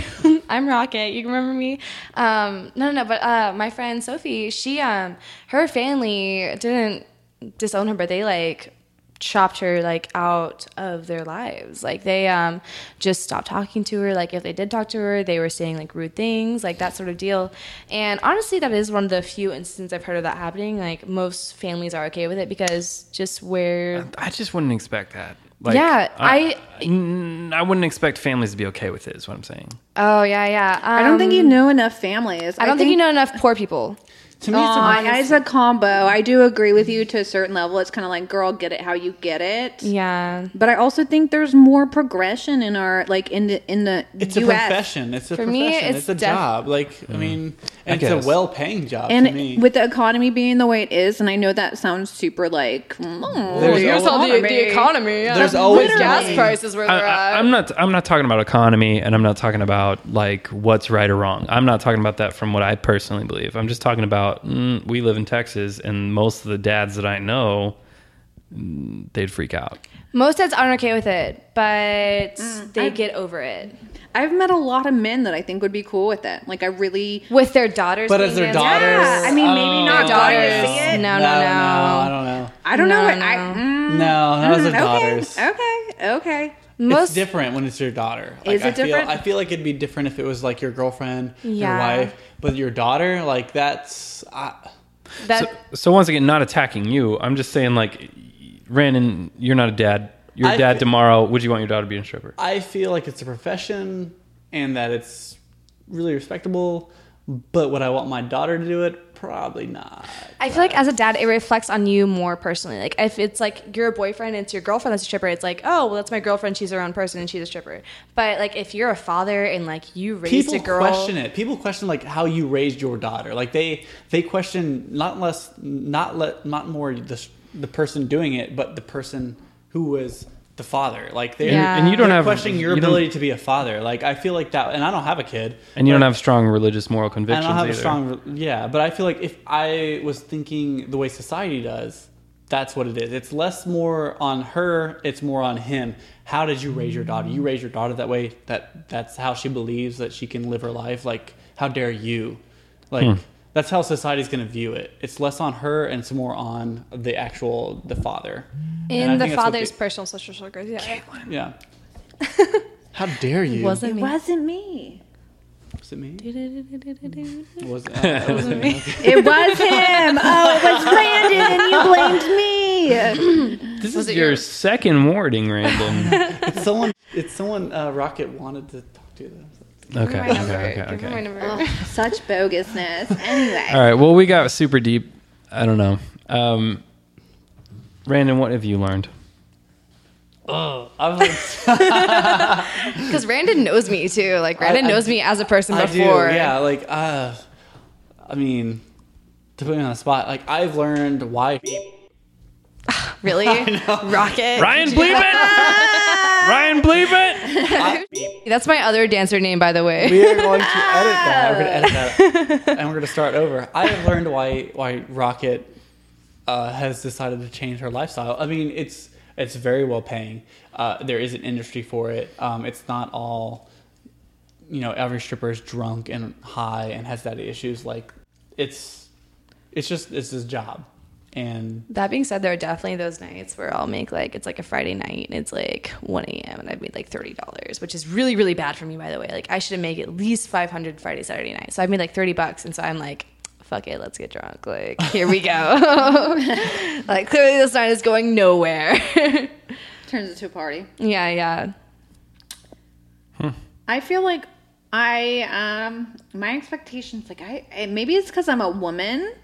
[SPEAKER 6] I'm Rocket. You can remember me? Um, no, no, no. But uh, my friend Sophie, she um, her family didn't disown her, but they like chopped her like out of their lives. Like they um just stopped talking to her. Like if they did talk to her, they were saying like rude things, like that sort of deal. And honestly, that is one of the few instances I've heard of that happening. Like most families are okay with it because just where
[SPEAKER 2] I just wouldn't expect that. Like,
[SPEAKER 6] Yeah,
[SPEAKER 2] I,
[SPEAKER 6] I-
[SPEAKER 2] I, wouldn't expect families to be okay with it. Is what I'm saying.
[SPEAKER 6] oh yeah yeah. Um,
[SPEAKER 3] I don't think you know enough families.
[SPEAKER 6] I don't think you know enough poor people.
[SPEAKER 4] To me, it's
[SPEAKER 3] Aw,
[SPEAKER 4] a
[SPEAKER 3] it's a combo. I do agree with you to a certain level. It's kind of like, girl, get it how you get it.
[SPEAKER 6] Yeah.
[SPEAKER 3] But I also think there's more progression in our like in the in the
[SPEAKER 4] It's
[SPEAKER 3] U.S.
[SPEAKER 4] a profession. It's a
[SPEAKER 6] For
[SPEAKER 4] profession.
[SPEAKER 6] me,
[SPEAKER 4] it's,
[SPEAKER 6] it's
[SPEAKER 4] a
[SPEAKER 6] def-
[SPEAKER 4] job. Like I mean, and
[SPEAKER 2] Mm. I
[SPEAKER 4] it's
[SPEAKER 2] guess.
[SPEAKER 4] a well-paying job to me.
[SPEAKER 3] And with the economy being the way it is, and I know that sounds super like mm,
[SPEAKER 4] There's
[SPEAKER 3] the
[SPEAKER 4] always-
[SPEAKER 6] economy. Yeah.
[SPEAKER 4] There's always
[SPEAKER 6] gas
[SPEAKER 4] money.
[SPEAKER 6] prices where
[SPEAKER 2] I,
[SPEAKER 6] they're
[SPEAKER 2] I,
[SPEAKER 6] at.
[SPEAKER 2] I'm not. I'm not talking about economy, and I'm not talking about like what's right or wrong. I'm not talking about that from what I personally believe. I'm just talking about mm, we live in Texas, and most of the dads that I know, mm, they'd freak out.
[SPEAKER 6] Most dads aren't okay with it, but they
[SPEAKER 3] I-
[SPEAKER 6] get over it
[SPEAKER 3] I've met a lot of men that I think would be cool with it. Like I really,
[SPEAKER 6] with their daughters.
[SPEAKER 4] But
[SPEAKER 6] being
[SPEAKER 4] as their
[SPEAKER 6] dancers.
[SPEAKER 4] daughters,
[SPEAKER 3] Yeah,
[SPEAKER 4] Oh,
[SPEAKER 3] I mean, maybe not
[SPEAKER 6] daughters.
[SPEAKER 3] daughters. See it?
[SPEAKER 6] No, no, no.
[SPEAKER 4] I don't know.
[SPEAKER 3] I don't know.
[SPEAKER 6] No,
[SPEAKER 3] What, I,
[SPEAKER 6] no.
[SPEAKER 4] No,
[SPEAKER 3] mm,
[SPEAKER 4] not as
[SPEAKER 3] mm,
[SPEAKER 4] their
[SPEAKER 3] okay,
[SPEAKER 4] daughters.
[SPEAKER 3] Okay, okay.
[SPEAKER 4] it's
[SPEAKER 6] Most
[SPEAKER 4] different when it's your daughter.
[SPEAKER 3] Is
[SPEAKER 4] I
[SPEAKER 3] it different?
[SPEAKER 4] Feel, I feel like it'd be different if it was like your girlfriend,
[SPEAKER 6] Yeah.
[SPEAKER 4] your wife, but your daughter. Like that's I,
[SPEAKER 6] that
[SPEAKER 2] So, so once again, not attacking you. I'm just saying, like, Brandon, you're not a dad. You're a
[SPEAKER 4] I
[SPEAKER 2] dad
[SPEAKER 4] fe-
[SPEAKER 2] tomorrow. Would you want your daughter to be a stripper?
[SPEAKER 4] I feel like it's a profession and that it's really respectable. But would I want my daughter to do it? Probably not.
[SPEAKER 6] I feel like as a dad, it reflects on you more personally. Like if it's like you're a boyfriend, and it's your girlfriend that's a stripper. It's like, oh, well, that's my girlfriend. She's her own person, and she's a stripper. But like if you're a father and like you raised
[SPEAKER 4] People
[SPEAKER 6] a girl,
[SPEAKER 4] question it. People question like how you raised your daughter. Like they they question not less, not let, not more the s- the person doing it, but the person who was the father. Like they
[SPEAKER 6] Yeah.
[SPEAKER 2] And you don't
[SPEAKER 4] They're
[SPEAKER 2] have
[SPEAKER 4] questioning your
[SPEAKER 2] you don't-
[SPEAKER 4] ability to be a father. Like I feel like that, and I don't have a kid,
[SPEAKER 2] and you don't
[SPEAKER 4] but-
[SPEAKER 2] have strong religious moral
[SPEAKER 4] and I
[SPEAKER 2] convictions
[SPEAKER 4] don't have
[SPEAKER 2] either.
[SPEAKER 4] a strong, yeah. But I feel like if I was thinking the way society does, that's what it is. It's less more on her, it's more on him. How did you raise your daughter? You raise your daughter that way. That that's how she believes that she can live her life. Like how dare you? Like that's how society's going to view it. It's less on her and it's more on the actual the father. And I think
[SPEAKER 6] in the
[SPEAKER 4] that's what
[SPEAKER 6] father's
[SPEAKER 4] they-
[SPEAKER 6] personal social circles. Yeah,
[SPEAKER 4] yeah. How dare you? Was
[SPEAKER 6] wasn't
[SPEAKER 3] It wasn't me.
[SPEAKER 4] it me? Was uh, it, it was
[SPEAKER 3] It was him. Oh, it was Brandon, and you blamed me.
[SPEAKER 2] This is your second warning, Random.
[SPEAKER 4] It's someone. It's someone. Uh, Rocket wanted to talk to them.
[SPEAKER 2] okay,
[SPEAKER 6] My number.
[SPEAKER 2] okay, okay,
[SPEAKER 6] Give me my
[SPEAKER 2] okay.
[SPEAKER 6] number.
[SPEAKER 3] Such bogusness. Anyway,
[SPEAKER 2] All right. Well, we got super deep. I don't know. Um, Brandon, what have you learned?
[SPEAKER 4] Oh, I've learned.
[SPEAKER 6] Because Brandon knows me too. Like Brandon
[SPEAKER 4] I
[SPEAKER 6] knows
[SPEAKER 4] do-
[SPEAKER 6] me as a person
[SPEAKER 4] I do.
[SPEAKER 6] before.
[SPEAKER 4] Yeah, like uh, I mean, to put me on the spot, like I've learned why.
[SPEAKER 6] Really? Rocket.
[SPEAKER 2] Ryan, bleep it. Ryan, bleep it.
[SPEAKER 6] That's my other dancer name, by the way.
[SPEAKER 4] We are going to edit that. We're going to edit that, out. and we're going to start over. I have learned why why Rocket uh, has decided to change her lifestyle. I mean, it's it's very well paying. Uh, there is an industry for it. Um, it's not all, you know, every stripper is drunk and high and has that issues. Like, it's it's just it's his job, and
[SPEAKER 6] That being said, there are definitely those nights where I'll make like it's like a Friday night and it's like 1 a.m. and I've made like thirty dollars, which is really really bad for me, by the way. Like I should make at least 500 Friday Saturday night, so I've made like 30 bucks, and so I'm like, fuck it, let's get drunk. Like here we go. like clearly this night is going nowhere. yeah,
[SPEAKER 3] turns into a party.
[SPEAKER 6] yeah.
[SPEAKER 3] I feel like I um my expectations like I and maybe it's cuz I'm a woman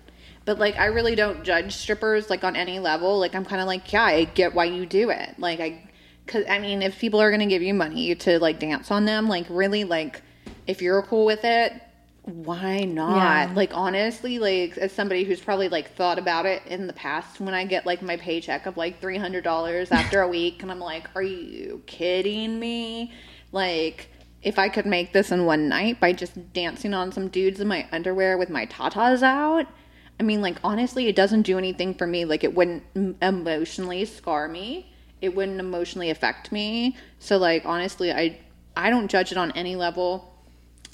[SPEAKER 3] but like I really don't judge strippers like on any level like I'm kind of like yeah I get why you do it like I cuz I mean if people are going to give you money to like dance on them like really like if you're cool with it why not
[SPEAKER 6] Yeah.
[SPEAKER 3] like honestly like as somebody who's probably like thought about it in the past when I get like my paycheck of like $300 after a week and I'm like are you kidding me like if I could make this in one night by just dancing on some dudes in my underwear with my tatas out, I mean, like, honestly, it doesn't do anything for me. Like, it wouldn't m- emotionally scar me, it wouldn't emotionally affect me. So, like, honestly, I, I don't judge it on any level.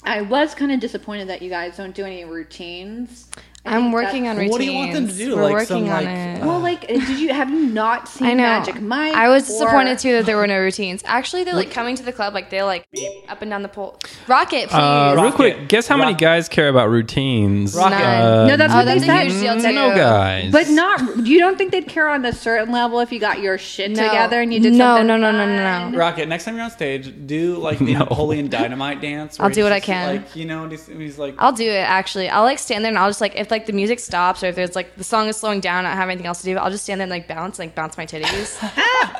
[SPEAKER 3] I was kind of disappointed that you guys don't do any routines.
[SPEAKER 6] I'm working on
[SPEAKER 3] that's-
[SPEAKER 6] routines.
[SPEAKER 4] What do you want them to do?
[SPEAKER 6] We're
[SPEAKER 4] Like
[SPEAKER 6] working
[SPEAKER 4] some,
[SPEAKER 6] on
[SPEAKER 4] like,
[SPEAKER 6] it.
[SPEAKER 4] uh,
[SPEAKER 3] Well, like, did you have you not seen
[SPEAKER 6] I know.
[SPEAKER 3] Magic Mike?
[SPEAKER 6] I was
[SPEAKER 3] or-
[SPEAKER 6] disappointed too that there were no routines. Actually, they're like coming to the club, like they're like up and down the pole. Rocket, please.
[SPEAKER 2] Uh, real
[SPEAKER 4] Rocket.
[SPEAKER 2] quick, guess how many
[SPEAKER 4] Rocket.
[SPEAKER 2] guys care about routines?
[SPEAKER 4] Rocket. Uh,
[SPEAKER 6] None.
[SPEAKER 3] No, that's
[SPEAKER 6] oh,
[SPEAKER 3] what they
[SPEAKER 6] that's a
[SPEAKER 3] said.
[SPEAKER 6] huge deal too.
[SPEAKER 2] No guys.
[SPEAKER 3] But not. You don't think they'd care on a certain level if you got your shit
[SPEAKER 6] No.
[SPEAKER 3] together and you did
[SPEAKER 6] No,
[SPEAKER 3] something?
[SPEAKER 6] no, no, no, no, no.
[SPEAKER 3] fun?
[SPEAKER 4] Rocket, next time you're on stage, do like the Napoleon Dynamite dance. where
[SPEAKER 6] I'll do
[SPEAKER 4] he's
[SPEAKER 6] what I
[SPEAKER 4] just,
[SPEAKER 6] can.
[SPEAKER 4] Like you know, and he's, and he's like,
[SPEAKER 6] I'll do it actually. I'll like stand there and I'll just like if like the music stops or if there's like the song is slowing down, I don't have anything else to do. I'll just stand there and like bounce, like bounce my titties.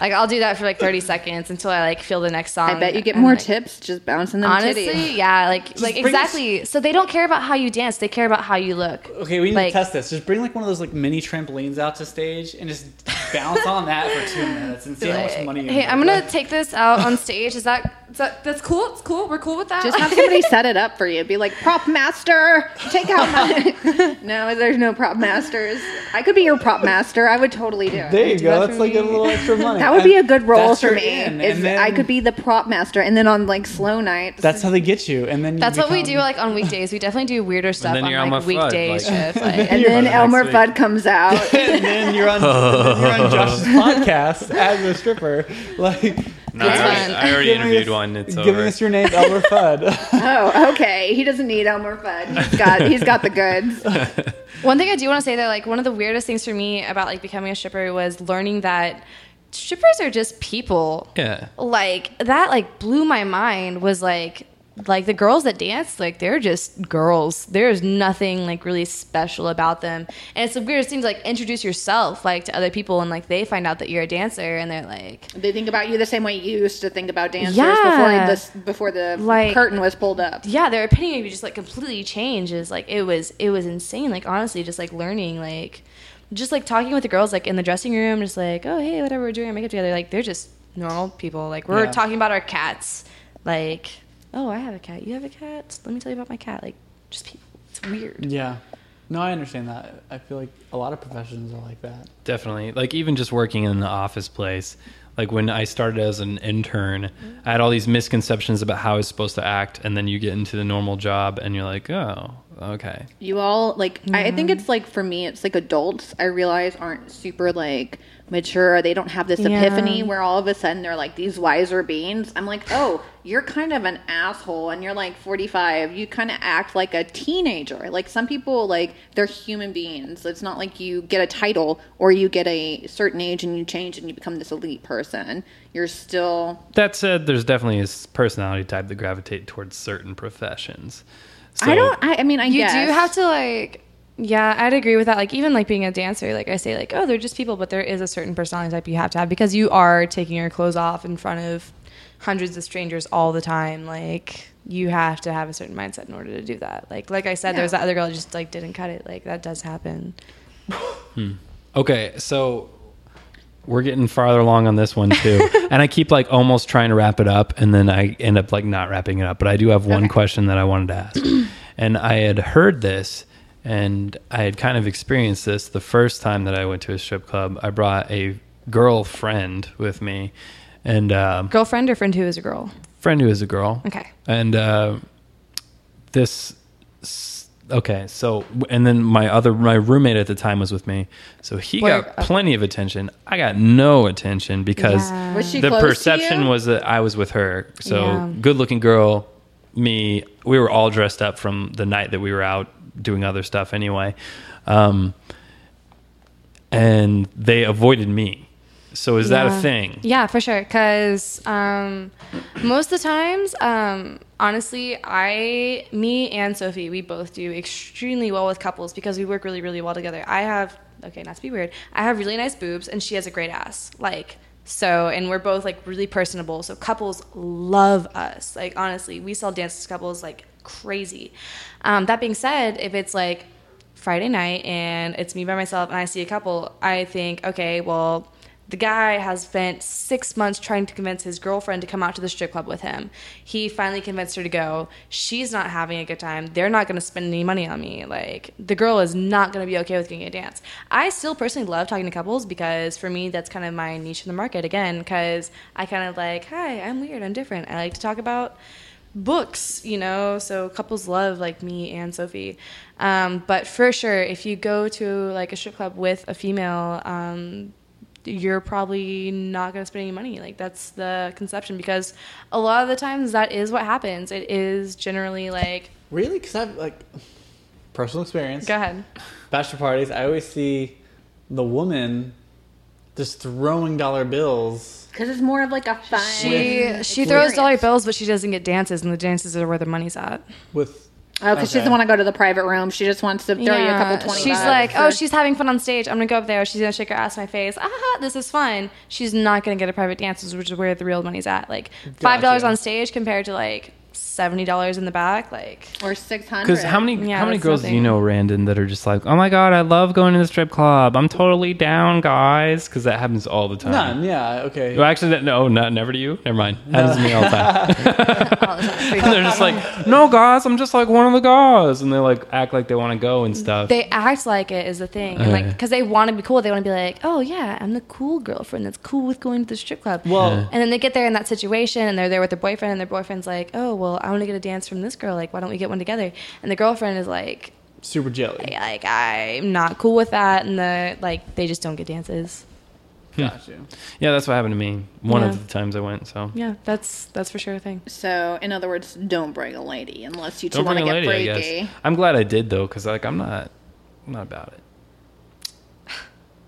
[SPEAKER 6] like I'll do that for like 30 seconds until I like feel the next song.
[SPEAKER 3] I bet you get
[SPEAKER 6] and,
[SPEAKER 3] more
[SPEAKER 6] like,
[SPEAKER 3] tips just bouncing them
[SPEAKER 6] Honestly,
[SPEAKER 3] titties.
[SPEAKER 6] yeah, like like
[SPEAKER 4] bring us-
[SPEAKER 6] exactly. So they don't care about how you dance; they care about how you look.
[SPEAKER 4] okay, we need
[SPEAKER 6] like-
[SPEAKER 4] to test this. Just bring like one of those like mini trampolines out to stage and just bounce on that for two minutes and see how much
[SPEAKER 6] Like,
[SPEAKER 4] money. you
[SPEAKER 6] hey,
[SPEAKER 4] make.
[SPEAKER 6] I'm gonna take this out on stage. Is that, is that that's cool? It's cool. We're cool with that.
[SPEAKER 3] Just have somebody set it up for you. Be like, prop master, take out my. no, there's no prop masters. I could be your prop master. I would totally do it.
[SPEAKER 4] There you
[SPEAKER 3] Do
[SPEAKER 4] go.
[SPEAKER 3] that
[SPEAKER 4] That's
[SPEAKER 3] for
[SPEAKER 4] like a
[SPEAKER 3] me.
[SPEAKER 4] little extra money.
[SPEAKER 3] That would
[SPEAKER 4] And
[SPEAKER 3] be a good role
[SPEAKER 4] that's
[SPEAKER 3] for
[SPEAKER 4] your
[SPEAKER 3] me.
[SPEAKER 4] in,
[SPEAKER 3] is
[SPEAKER 4] and then
[SPEAKER 3] I could be the prop master, and then on like slow nights,
[SPEAKER 4] That's how they get you, and then you
[SPEAKER 6] that's what we do
[SPEAKER 4] become-
[SPEAKER 6] like on weekdays. We definitely do weirder stuff
[SPEAKER 2] then
[SPEAKER 6] on
[SPEAKER 2] you're on
[SPEAKER 6] like
[SPEAKER 2] my FUD,
[SPEAKER 6] weekday
[SPEAKER 2] like-
[SPEAKER 6] shifts. Like,
[SPEAKER 3] and
[SPEAKER 2] you're
[SPEAKER 3] then
[SPEAKER 2] on next
[SPEAKER 3] Elmer
[SPEAKER 2] week.
[SPEAKER 3] Fudd comes out.
[SPEAKER 4] and then you're on, and then you're on Josh's podcast as a stripper. Like,
[SPEAKER 2] No, I, already,
[SPEAKER 6] fine.
[SPEAKER 2] I already
[SPEAKER 4] giving
[SPEAKER 2] interviewed
[SPEAKER 4] us-
[SPEAKER 2] one. It's
[SPEAKER 4] giving
[SPEAKER 2] over.
[SPEAKER 4] us your name, Elmer Fudd.
[SPEAKER 3] oh, okay. He doesn't need Elmer Fudd. He's got he's got the goods.
[SPEAKER 6] One thing I do want to say though, like one of the weirdest things for me about like becoming a stripper was learning that strippers are just people.
[SPEAKER 2] yeah.
[SPEAKER 6] Like that like blew my mind was like like the girls that dance, like they're just girls. There's nothing like really special about them. And it's the weirdest thing to like introduce yourself like to other people and like they find out that you're a dancer and they're like
[SPEAKER 3] They think about you the same way you used to think about dancers
[SPEAKER 6] Yeah.
[SPEAKER 3] before the before the
[SPEAKER 6] Like-
[SPEAKER 3] curtain was pulled up.
[SPEAKER 6] yeah, their opinion of you just like completely changes. Like it was it was insane. Like honestly, just like learning like just like talking with the girls like in the dressing room, just like, oh hey, whatever we're doing our makeup together, like they're just normal people. Like we're
[SPEAKER 4] Yeah.
[SPEAKER 6] talking about our cats. Like, oh I have a cat, you have a cat? Let me tell you about my cat. Like just people it's weird.
[SPEAKER 4] yeah. No, I understand that. I feel like a lot of professions are like that.
[SPEAKER 2] Definitely. Like even just working in the office place. Like when I started as an intern, I had all these misconceptions about how I was supposed to act, and then you get into the normal job, and you're like, oh, okay.
[SPEAKER 3] You all like I, I think it's like for me it's like adults I realize aren't super like mature. They don't have this
[SPEAKER 6] Yeah.
[SPEAKER 3] epiphany where all of a sudden they're like these wiser beings. I'm like, "Oh, you're kind of an asshole and you're like 45. You kind of act like a teenager." Like some people like they're human beings. It's not like you get a title or you get a certain age and you change and you become this elite person. You're still
[SPEAKER 2] That said, there's definitely a s- personality type that gravitate towards certain professions. So,
[SPEAKER 3] I don't. I, I mean, I
[SPEAKER 6] You
[SPEAKER 3] guess.
[SPEAKER 6] do have to like yeah, I'd agree with that. Like even like being a dancer, like I say like, oh, they're just people, but there is a certain personality type you have to have because you are taking your clothes off in front of hundreds of strangers all the time. Like you have to have a certain mindset in order to do that. Like like I said, there was
[SPEAKER 3] Yeah.
[SPEAKER 6] that other girl that just like didn't cut it. Like that does happen.
[SPEAKER 2] Okay, so we're getting farther along on this one too, and I keep like almost trying to wrap it up, and then I end up like not wrapping it up. But I do have one question that I wanted to ask, and I had heard this, and I had kind of experienced this the first time that I went to a strip club. I brought a girlfriend with me, and um,
[SPEAKER 6] Girlfriend or friend who is a girl.
[SPEAKER 2] friend who is a girl.
[SPEAKER 6] Okay.
[SPEAKER 2] And uh, this, s- okay, so and then my other my roommate at the time was with me, so he
[SPEAKER 6] Boy,
[SPEAKER 2] got
[SPEAKER 6] uh,
[SPEAKER 2] plenty of attention. I got no attention because
[SPEAKER 6] Yeah.
[SPEAKER 3] Was she
[SPEAKER 2] the
[SPEAKER 3] close to
[SPEAKER 2] perception
[SPEAKER 3] you?
[SPEAKER 2] was that I was with her. So
[SPEAKER 6] Yeah.
[SPEAKER 2] good looking girl, me. We were all dressed up from the night that we were out doing other stuff anyway. Um, and they avoided me. So is that
[SPEAKER 6] Yeah.
[SPEAKER 2] a thing?
[SPEAKER 6] Yeah, for sure. Because um, most of the times, um, honestly, I, me and Sophie, we both do extremely well with couples because we work really, really well together. I have, okay, not to be weird, I have really nice boobs and she has a great ass. Like, so, and we're both like really personable. So couples love us. Like, honestly, we sell dances to couples like crazy. Um, that being said, if it's like, Friday night and it's me by myself and I see a couple, I think, okay, well, the guy has spent six months trying to convince his girlfriend to come out to the strip club with him. He finally convinced her to go. She's not having a good time. They're not going to spend any money on me. Like, the girl is not going to be okay with getting a dance. I still personally love talking to couples because for me, that's kind of my niche in the market again, because I kind of like, hi, I'm weird, I'm different. I like to talk about books, you know, so couples love like me and Sophie. Um, but for sure, if you go to like a strip club with a female, um, you're probably not going to spend any money. Like that's the conception because a lot of the times that is what happens. It is generally like,
[SPEAKER 4] Really? Because I've like personal experience.
[SPEAKER 6] go ahead.
[SPEAKER 4] Bachelor parties. I always see the woman just throwing dollar bills.
[SPEAKER 3] Because it's more of like a fun.
[SPEAKER 6] She she throws dollar bills, but she doesn't get dances, and the dances are where the money's at.
[SPEAKER 4] with
[SPEAKER 3] Oh, because she
[SPEAKER 4] Okay.
[SPEAKER 3] doesn't want to go to the private room. She just wants to throw you a couple twenty.
[SPEAKER 6] She's
[SPEAKER 3] bucks
[SPEAKER 6] like,
[SPEAKER 3] for-
[SPEAKER 6] oh, she's having fun on stage. I'm gonna go up there. She's gonna shake her ass in my face. Ah, this is fun. She's not gonna get a private dances, which is where the real money's at. Like five dollars
[SPEAKER 4] Gotcha.
[SPEAKER 6] on stage compared to like seventy dollars in the back. Like
[SPEAKER 3] or six hundred.
[SPEAKER 2] Because how many
[SPEAKER 6] Yeah,
[SPEAKER 2] how many
[SPEAKER 6] that's
[SPEAKER 2] girls do you
[SPEAKER 6] nothing.
[SPEAKER 2] know, Randon, that are just like, oh my god, I love going to the strip club. I'm totally down, guys, because that happens all the time.
[SPEAKER 4] none. Yeah. Okay.
[SPEAKER 2] Well, actually, that, no, not never to you. Never mind. Happens to me all the time. they're just like, no, guys, I'm just like one of the guys, and they like act like they want to go and stuff.
[SPEAKER 6] they act like it is a thing, and
[SPEAKER 4] Uh.
[SPEAKER 6] like
[SPEAKER 2] Okay.
[SPEAKER 6] because they want to be cool. They want to be like, oh yeah, I'm the cool girlfriend that's cool with going to the strip club.
[SPEAKER 4] Well,
[SPEAKER 6] And then they get there in that situation and they're there with their boyfriend, and their boyfriend's like, Oh, well, I want to get a dance from this girl. Like, why don't we get one together? And the girlfriend is like,
[SPEAKER 4] super jelly.
[SPEAKER 6] like I'm not cool with that, and the like they just don't get dances.
[SPEAKER 3] Hmm.
[SPEAKER 4] Gotcha.
[SPEAKER 2] yeah, that's what happened to me. One
[SPEAKER 6] Yeah.
[SPEAKER 2] of the times I went. So
[SPEAKER 6] Yeah, that's that's for sure a thing.
[SPEAKER 3] So, in other words, don't bring a lady unless you two
[SPEAKER 2] don't
[SPEAKER 3] want
[SPEAKER 2] bring
[SPEAKER 3] to
[SPEAKER 2] a
[SPEAKER 3] get
[SPEAKER 2] lady. I
[SPEAKER 3] freaky.
[SPEAKER 2] guess I'm glad I did though, because like I'm not, I'm not about it.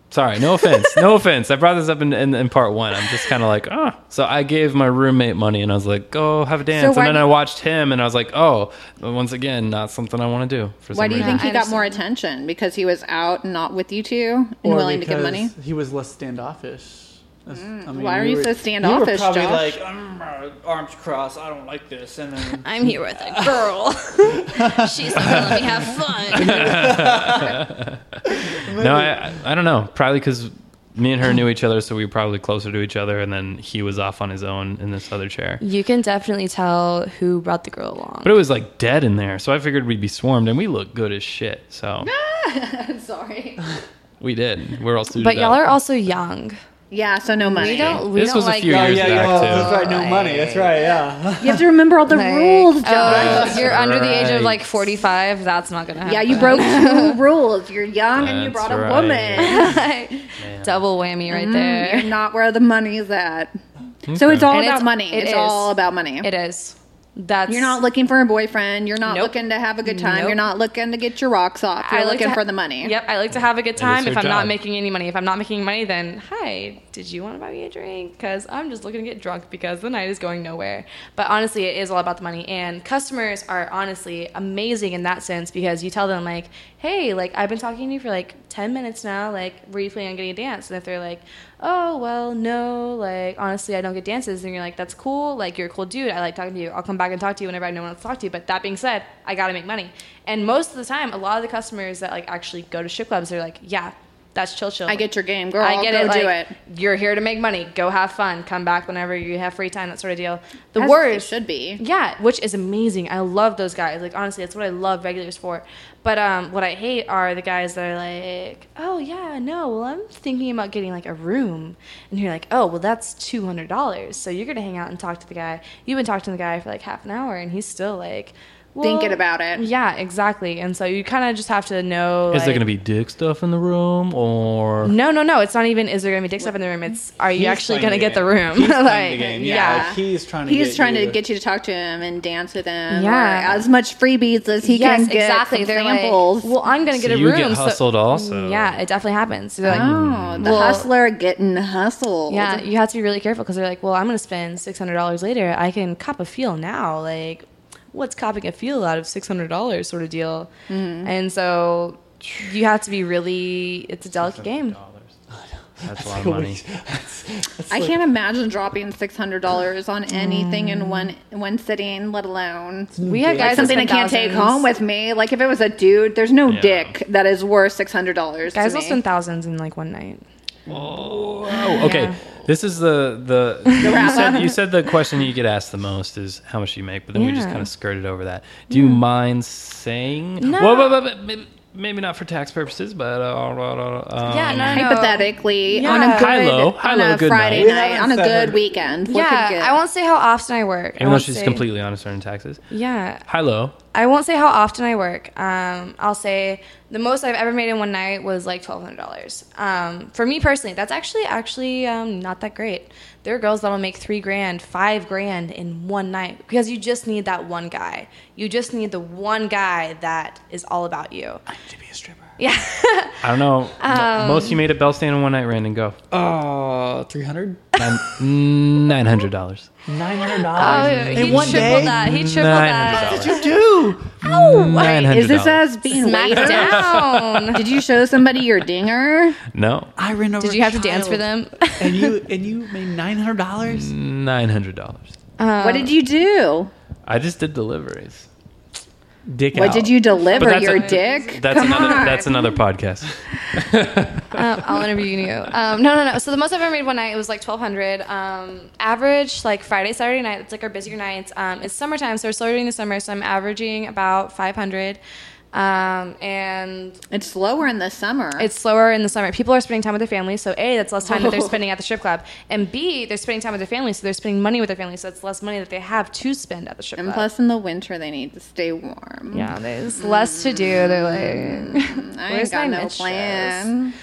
[SPEAKER 2] Sorry, no offense, no offense. I brought this up in, in, in part one. I'm just kind of like, ah. So I gave my roommate money, and I was like, go have a dance.
[SPEAKER 6] why
[SPEAKER 2] and then
[SPEAKER 6] do-
[SPEAKER 2] I watched him, and I was like, oh, once again, not something I want to do. For
[SPEAKER 3] Why
[SPEAKER 2] some
[SPEAKER 3] do you
[SPEAKER 2] reason.
[SPEAKER 3] think he
[SPEAKER 6] I
[SPEAKER 3] got more attention? Because he was out, not with you two, and
[SPEAKER 4] Or
[SPEAKER 3] willing to give
[SPEAKER 4] because
[SPEAKER 3] money. Mm.
[SPEAKER 4] He was less standoffish. That's- I mean,
[SPEAKER 3] Why are
[SPEAKER 4] we
[SPEAKER 3] you
[SPEAKER 4] were-
[SPEAKER 3] so
[SPEAKER 4] we were
[SPEAKER 3] standoffish,
[SPEAKER 4] probably
[SPEAKER 3] Josh?
[SPEAKER 4] like "I'm, uh, arms crossed. I don't like this, and then
[SPEAKER 6] I'm here with a girl. She's not gonna let me have fun.
[SPEAKER 2] No, I, I- I don't know. Probably because me and her knew each other, so we were probably closer to each other, and then he was off on his own in this other chair.
[SPEAKER 6] You can definitely tell who brought the girl along.
[SPEAKER 2] But it was like dead in there, so I figured we'd be swarmed, and we looked good as shit. So
[SPEAKER 3] I'm sorry.
[SPEAKER 2] we did. We're all suited
[SPEAKER 6] But y'all
[SPEAKER 2] up.
[SPEAKER 6] are also young.
[SPEAKER 3] Yeah, so no money.
[SPEAKER 6] We don't. We
[SPEAKER 2] This
[SPEAKER 6] don't
[SPEAKER 2] was a
[SPEAKER 6] like
[SPEAKER 2] few
[SPEAKER 4] oh
[SPEAKER 2] years-
[SPEAKER 4] yeah,
[SPEAKER 2] back,
[SPEAKER 4] yeah,
[SPEAKER 2] too.
[SPEAKER 4] that's right. No money. That's right. Yeah.
[SPEAKER 3] You have to remember all the
[SPEAKER 6] like,
[SPEAKER 3] rules, Josh.
[SPEAKER 6] oh, you're under the age of like
[SPEAKER 2] right.
[SPEAKER 6] 45. That's not gonna happen.
[SPEAKER 3] yeah, you broke two rules. You're young and you
[SPEAKER 2] That's
[SPEAKER 3] brought a
[SPEAKER 2] right.
[SPEAKER 3] woman.
[SPEAKER 6] double whammy right there.
[SPEAKER 3] Mm, You're not where the money is at. So it's all about
[SPEAKER 6] And it's-
[SPEAKER 3] money.
[SPEAKER 6] it
[SPEAKER 3] it's
[SPEAKER 6] is.
[SPEAKER 3] all about money.
[SPEAKER 6] It is. That's
[SPEAKER 3] You're not looking for a boyfriend. You're not
[SPEAKER 6] Nope.
[SPEAKER 3] looking to have a good time.
[SPEAKER 6] Nope.
[SPEAKER 3] You're not looking to get your rocks off. You're
[SPEAKER 6] like
[SPEAKER 3] looking
[SPEAKER 6] to ha-
[SPEAKER 3] for the money.
[SPEAKER 6] Yep, I like to have a good time.
[SPEAKER 2] her
[SPEAKER 6] If I'm not
[SPEAKER 2] job.
[SPEAKER 6] making any money, if I'm not making money, then hi, did you want to buy me a drink? Because I'm just looking to get drunk because the night is going nowhere. But honestly, it is all about the money. And customers are honestly amazing in that sense because you tell them like, hey, like I've been talking to you for like ten minutes now. Like, were you planning on getting a dance? And if they're like, oh well, no, like honestly, I don't get dances. And you're like, that's cool. Like you're a cool dude. I like talking to you. I'll come back and talk to you whenever I have no one else to talk to. But that being said, I gotta make money. And most of the time, a lot of the customers that like actually go to strip clubs, they're like, yeah, that's chill, chill.
[SPEAKER 3] I get your game, girl.
[SPEAKER 6] I get
[SPEAKER 3] Go
[SPEAKER 6] it.
[SPEAKER 3] do
[SPEAKER 6] like,
[SPEAKER 3] it.
[SPEAKER 6] You're here to make money. Go have fun. Come back whenever you have free time. That sort of deal. The
[SPEAKER 3] As
[SPEAKER 6] worst
[SPEAKER 3] It should be.
[SPEAKER 6] yeah, which is amazing. I love those guys. Like honestly, that's what I love regulars for. But um, what I hate are the guys that are like, oh yeah, no, well I'm thinking about getting like a room, and you're like, oh well that's two hundred dollars. So you're gonna hang out and talk to the guy. You've been talking to the guy for like half an hour, and he's still like well-
[SPEAKER 3] Thinking about it.
[SPEAKER 6] Yeah, exactly. And so you kind of just have to know.
[SPEAKER 2] Is there going
[SPEAKER 6] like-
[SPEAKER 2] to be dick stuff in the room or
[SPEAKER 6] No, no, no. It's not even. Is there gonna be dick stuff in the room? It's are you
[SPEAKER 4] He's
[SPEAKER 6] actually
[SPEAKER 4] playing the
[SPEAKER 6] gonna get the
[SPEAKER 4] game.
[SPEAKER 6] room?
[SPEAKER 4] He's playing the
[SPEAKER 6] like
[SPEAKER 4] game.
[SPEAKER 3] yeah.
[SPEAKER 4] Like, he's trying to.
[SPEAKER 3] He's
[SPEAKER 4] get
[SPEAKER 3] trying
[SPEAKER 4] you.
[SPEAKER 3] to get you to talk to him and dance with him. Yeah.
[SPEAKER 6] Yeah.
[SPEAKER 3] as much freebies as he can get. Exactly. Some
[SPEAKER 6] They're like,
[SPEAKER 3] samples.
[SPEAKER 6] well, I'm gonna get
[SPEAKER 2] So
[SPEAKER 6] a
[SPEAKER 2] you
[SPEAKER 6] room.
[SPEAKER 2] get hustled also.
[SPEAKER 6] Yeah, it definitely happens. They're like,
[SPEAKER 3] oh, the
[SPEAKER 6] well-
[SPEAKER 3] hustler getting hustled.
[SPEAKER 6] yeah, you have to be really careful because they're like, well, I'm gonna spend six hundred dollars later. I can cop a feel now. Like, what's copping a feel out of six hundred dollars sort of deal? And so you have to be really. It's a delicate game.
[SPEAKER 2] that's a lot of money?
[SPEAKER 3] I can't imagine dropping six hundred dollars on anything in one one sitting, let alone
[SPEAKER 6] Mm. We had guys that
[SPEAKER 3] something I
[SPEAKER 6] spent
[SPEAKER 3] can't take
[SPEAKER 6] thousands-
[SPEAKER 3] home with me. Like if it was a dude, there's no
[SPEAKER 2] Yeah.
[SPEAKER 3] dick that is worth six hundred dollars.
[SPEAKER 6] Guys
[SPEAKER 3] to
[SPEAKER 6] will
[SPEAKER 3] me.
[SPEAKER 6] spend thousands in like one night.
[SPEAKER 2] Oh, okay.
[SPEAKER 6] Yeah.
[SPEAKER 2] This is the the you,
[SPEAKER 3] wrap
[SPEAKER 2] said, you said the question you get asked the most is how much you make, but then we just
[SPEAKER 6] Yeah. Hmm.
[SPEAKER 2] kind of skirted over that. Do you mind saying?
[SPEAKER 6] No.
[SPEAKER 2] Whoa, whoa, whoa, whoa, maybe not for tax purposes, but uh,
[SPEAKER 6] yeah, no, no,
[SPEAKER 3] Hypothetically,
[SPEAKER 6] Yeah.
[SPEAKER 3] on a good,
[SPEAKER 2] High-low,
[SPEAKER 3] on
[SPEAKER 2] high-low,
[SPEAKER 3] a
[SPEAKER 2] good
[SPEAKER 3] Friday
[SPEAKER 2] night.
[SPEAKER 4] We
[SPEAKER 3] night, on
[SPEAKER 4] haven't
[SPEAKER 3] a
[SPEAKER 4] said-
[SPEAKER 3] good weekend. What could
[SPEAKER 6] Yeah,
[SPEAKER 3] get-
[SPEAKER 6] I won't say how often I work. I
[SPEAKER 2] even though
[SPEAKER 6] won't
[SPEAKER 2] she's
[SPEAKER 6] say-
[SPEAKER 2] completely honest on her taxes.
[SPEAKER 6] Yeah,
[SPEAKER 2] Hi, low.
[SPEAKER 6] I won't say how often I work. Um, I'll say the most I've ever made in one night was like twelve hundred dollars. Um, for me personally, that's actually actually um, not that great. There are girls that'll make three grand, five grand in one night because you just need that one guy. You just need the one guy that is all about you.
[SPEAKER 4] I need to be a stripper.
[SPEAKER 6] Yeah,
[SPEAKER 2] I don't know.
[SPEAKER 6] Um,
[SPEAKER 2] Most you made at Bell Stand in one night, Randon. Go.
[SPEAKER 4] Uh, three hundred.
[SPEAKER 2] Nine hundred dollars.
[SPEAKER 4] Nine hundred
[SPEAKER 6] oh,
[SPEAKER 4] dollars.
[SPEAKER 6] he
[SPEAKER 4] one
[SPEAKER 6] tripled
[SPEAKER 4] day?
[SPEAKER 6] that. He
[SPEAKER 2] $900.
[SPEAKER 6] tripled that.
[SPEAKER 4] What did you do?
[SPEAKER 2] Nine hundred.
[SPEAKER 3] Is this us being
[SPEAKER 6] Smack
[SPEAKER 3] weighed down?
[SPEAKER 6] down.
[SPEAKER 3] Did you show somebody your dinger?
[SPEAKER 2] No,
[SPEAKER 4] I ran over.
[SPEAKER 6] Did you have to dance for them?
[SPEAKER 4] And you and you made nine hundred dollars.
[SPEAKER 2] nine hundred dollars.
[SPEAKER 3] what did you do?
[SPEAKER 2] I just did deliveries.
[SPEAKER 4] Dick.
[SPEAKER 3] What
[SPEAKER 4] out.
[SPEAKER 3] did you deliver?
[SPEAKER 2] that's
[SPEAKER 3] Your
[SPEAKER 2] a-
[SPEAKER 3] dick?
[SPEAKER 2] That's
[SPEAKER 3] Come
[SPEAKER 2] another.
[SPEAKER 3] on.
[SPEAKER 2] That's another podcast.
[SPEAKER 6] um, I'll interview you. Um, no, no, no. So the most I've ever made one night it was like twelve hundred. Um, average like Friday, Saturday night. It's like our busier nights. Um, it's summertime, so we're slower during the summer. So I'm averaging about five hundred, um, and
[SPEAKER 3] It's slower in the summer.
[SPEAKER 6] it's slower in the summer. People are spending time with their families, so a that's less time that they're spending at the strip club, and b they're spending time with their families, so they're spending money with their families, so it's less money that they have to spend at the strip
[SPEAKER 3] and
[SPEAKER 6] club.
[SPEAKER 3] plus, in the winter, they need to stay warm.
[SPEAKER 6] yeah, there's less to do. They're like,
[SPEAKER 3] mm, I ain't
[SPEAKER 6] Where's
[SPEAKER 3] got
[SPEAKER 6] my
[SPEAKER 3] no
[SPEAKER 6] mistress?
[SPEAKER 3] plan.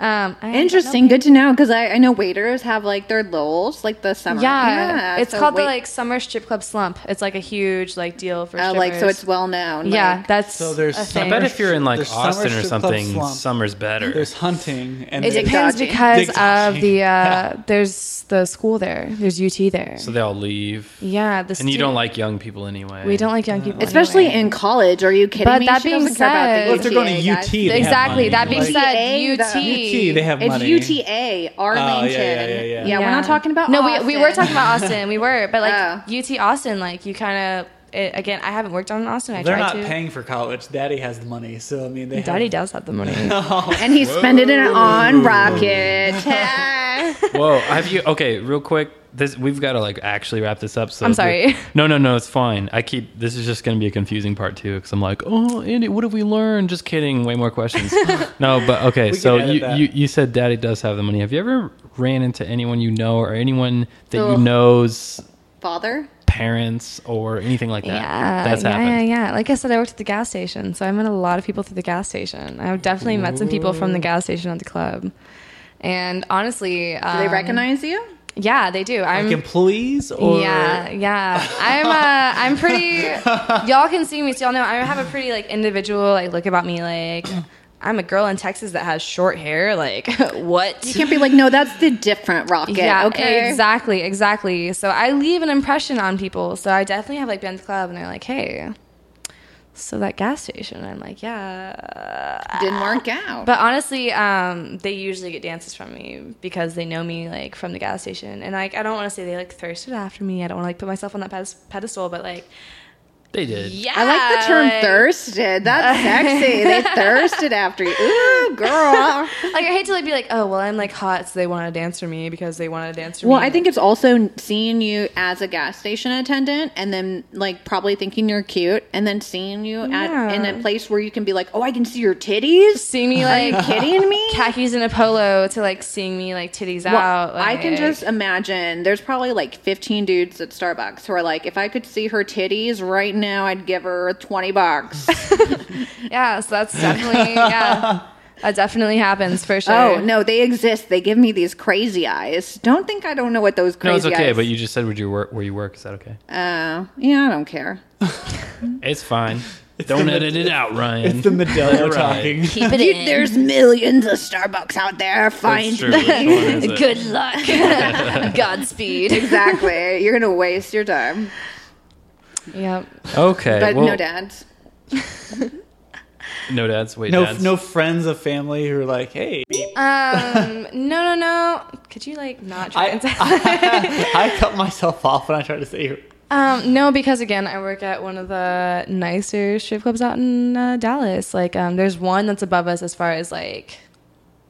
[SPEAKER 6] um, I ain't got no
[SPEAKER 3] Interesting. Good to know because I, I know waiters have like their lulls, like the summer.
[SPEAKER 6] Yeah, it's
[SPEAKER 3] so
[SPEAKER 6] called the
[SPEAKER 3] wait-
[SPEAKER 6] like summer strip club slump. It's like a huge like deal for
[SPEAKER 3] uh,
[SPEAKER 6] strippers.
[SPEAKER 3] like so it's well known.
[SPEAKER 6] yeah,
[SPEAKER 3] like-
[SPEAKER 6] that's
[SPEAKER 4] So there's
[SPEAKER 6] a
[SPEAKER 4] summer-
[SPEAKER 2] I
[SPEAKER 6] thing.
[SPEAKER 2] bet if you're in like
[SPEAKER 4] There's summer
[SPEAKER 2] Austin or
[SPEAKER 4] strip club
[SPEAKER 2] something,
[SPEAKER 4] slump.
[SPEAKER 2] summer's better.
[SPEAKER 4] There's hunting and
[SPEAKER 6] it
[SPEAKER 4] there's-
[SPEAKER 6] depends
[SPEAKER 3] dodgy.
[SPEAKER 6] because
[SPEAKER 4] Dick
[SPEAKER 6] of
[SPEAKER 4] dodgy.
[SPEAKER 6] the uh, there's the school there. There's UT there.
[SPEAKER 2] so they all leave,
[SPEAKER 6] yeah, the
[SPEAKER 2] and you don't
[SPEAKER 6] student-
[SPEAKER 2] like young people anyway.
[SPEAKER 6] we don't like young people
[SPEAKER 3] especially
[SPEAKER 6] anyway.
[SPEAKER 3] in college. Are you kidding
[SPEAKER 6] But
[SPEAKER 3] me?
[SPEAKER 6] that
[SPEAKER 3] She
[SPEAKER 6] being
[SPEAKER 3] doesn't care
[SPEAKER 6] said-
[SPEAKER 3] about the E
[SPEAKER 6] Well, if
[SPEAKER 4] they're
[SPEAKER 3] UTA,
[SPEAKER 4] going to UT,
[SPEAKER 3] guys.
[SPEAKER 4] they have
[SPEAKER 6] exactly.
[SPEAKER 2] money.
[SPEAKER 6] That being
[SPEAKER 3] Like- UTA,
[SPEAKER 6] said, UT.
[SPEAKER 4] UT, they have
[SPEAKER 3] It's
[SPEAKER 4] money. Oh,
[SPEAKER 3] UTA Arlington.
[SPEAKER 4] yeah, yeah, yeah.
[SPEAKER 3] we're not talking about.
[SPEAKER 6] no. We, we were
[SPEAKER 3] Austin.
[SPEAKER 6] talking about Austin. We were, but like
[SPEAKER 3] Oh.
[SPEAKER 6] UT Austin, like you kind of again. I haven't worked on Austin. I
[SPEAKER 4] They're
[SPEAKER 6] tried
[SPEAKER 4] not
[SPEAKER 6] to.
[SPEAKER 4] paying for college. Daddy has the money, so I mean they.
[SPEAKER 6] Daddy
[SPEAKER 4] have,
[SPEAKER 6] does have the money.
[SPEAKER 3] and he's spending it on Rocket.
[SPEAKER 2] Whoa, have you? Okay, real quick. This we've got to like actually wrap this up. So
[SPEAKER 6] I'm sorry.
[SPEAKER 2] no, no, no. It's fine. I keep. This is just going to be a confusing part too, because I'm like, oh, Andy, what have we learned? Just kidding. Way more questions. no, but okay.
[SPEAKER 4] can
[SPEAKER 2] So
[SPEAKER 4] edit
[SPEAKER 2] you,
[SPEAKER 4] that.
[SPEAKER 2] you you said Daddy does have the money. Have you ever ran into anyone you know or anyone that you know's
[SPEAKER 3] Father.
[SPEAKER 2] parents or anything like that?
[SPEAKER 6] Yeah,
[SPEAKER 2] that's
[SPEAKER 6] yeah,
[SPEAKER 2] happened.
[SPEAKER 6] yeah, yeah. Like I said, I worked at the gas station, so I met a lot of people through the gas station. I've definitely met some people from the gas station at the club, and honestly,
[SPEAKER 3] Do
[SPEAKER 6] um,
[SPEAKER 3] they recognize you?
[SPEAKER 6] Yeah, they do. I'm.
[SPEAKER 4] like employees or
[SPEAKER 6] yeah, yeah. I'm uh, I'm pretty. Y'all can see me, so y'all know I have a pretty like individual like look about me. Like I'm a girl in Texas that has short hair. Like what?
[SPEAKER 3] You can't be like, no, that's the different Rocket. okay,
[SPEAKER 6] exactly, exactly. So I leave an impression on people. So I definitely have like been to the club and they're like, hey, so that gas station. I'm like, yeah.
[SPEAKER 3] Didn't work out.
[SPEAKER 6] But honestly, um, they usually get dances from me because they know me like from the gas station. And like, I don't want to say they like thirsted after me. I don't want to like put myself on that pedes- pedestal, but like,
[SPEAKER 2] They did.
[SPEAKER 6] yeah.
[SPEAKER 3] I like the term
[SPEAKER 6] like-
[SPEAKER 3] thirsted. That's sexy. They thirsted after you. Ooh, girl.
[SPEAKER 6] Like, I hate to like be like, oh, well, I'm like hot, so they want to dance for me because they want to dance for
[SPEAKER 3] Well,
[SPEAKER 6] me.
[SPEAKER 3] I think it's also seeing you as a gas station attendant and then like probably thinking you're cute and then seeing you at in
[SPEAKER 6] Yeah.
[SPEAKER 3] a place where you can be like, "Oh, I can see your titties?"
[SPEAKER 6] see me like
[SPEAKER 3] Kidding me?
[SPEAKER 6] khakis and a polo to like seeing me like titties
[SPEAKER 3] Well,
[SPEAKER 6] out.
[SPEAKER 3] I can
[SPEAKER 6] like-
[SPEAKER 3] just imagine there's probably like 15 dudes at Starbucks who are like, if I could see her titties right now, I'd give her 20 bucks.
[SPEAKER 6] yeah. So that's definitely yeah. That definitely happens for sure.
[SPEAKER 3] oh, no, they exist. They give me these crazy eyes. Don't think I don't know what those
[SPEAKER 2] No,
[SPEAKER 3] crazy
[SPEAKER 2] it's okay.
[SPEAKER 3] eyes.
[SPEAKER 2] But you just said where you work. Where you work is that okay?
[SPEAKER 3] Uh, yeah, I don't care.
[SPEAKER 2] It's fine. don't edit it out, Ryan.
[SPEAKER 4] It's the Modelo talking.
[SPEAKER 6] Keep it
[SPEAKER 3] You-
[SPEAKER 6] in.
[SPEAKER 3] there's millions of Starbucks out there. Find
[SPEAKER 2] Eh. true. Which one is it?
[SPEAKER 6] Good luck. Godspeed.
[SPEAKER 3] exactly. You're gonna waste your time.
[SPEAKER 6] Yep.
[SPEAKER 2] Okay.
[SPEAKER 3] But
[SPEAKER 2] well,
[SPEAKER 3] no dads.
[SPEAKER 2] No dads. Wait.
[SPEAKER 4] No,
[SPEAKER 2] dads.
[SPEAKER 4] no friends of family who are like, hey,
[SPEAKER 6] Um. No. No. No. Could you like not
[SPEAKER 4] I,
[SPEAKER 6] try and say?
[SPEAKER 4] I, I cut myself off when I tried to say
[SPEAKER 6] Um, no, because again, I work at one of the nicer strip clubs out in uh, Dallas. Like, um, there's one that's above us as far as like,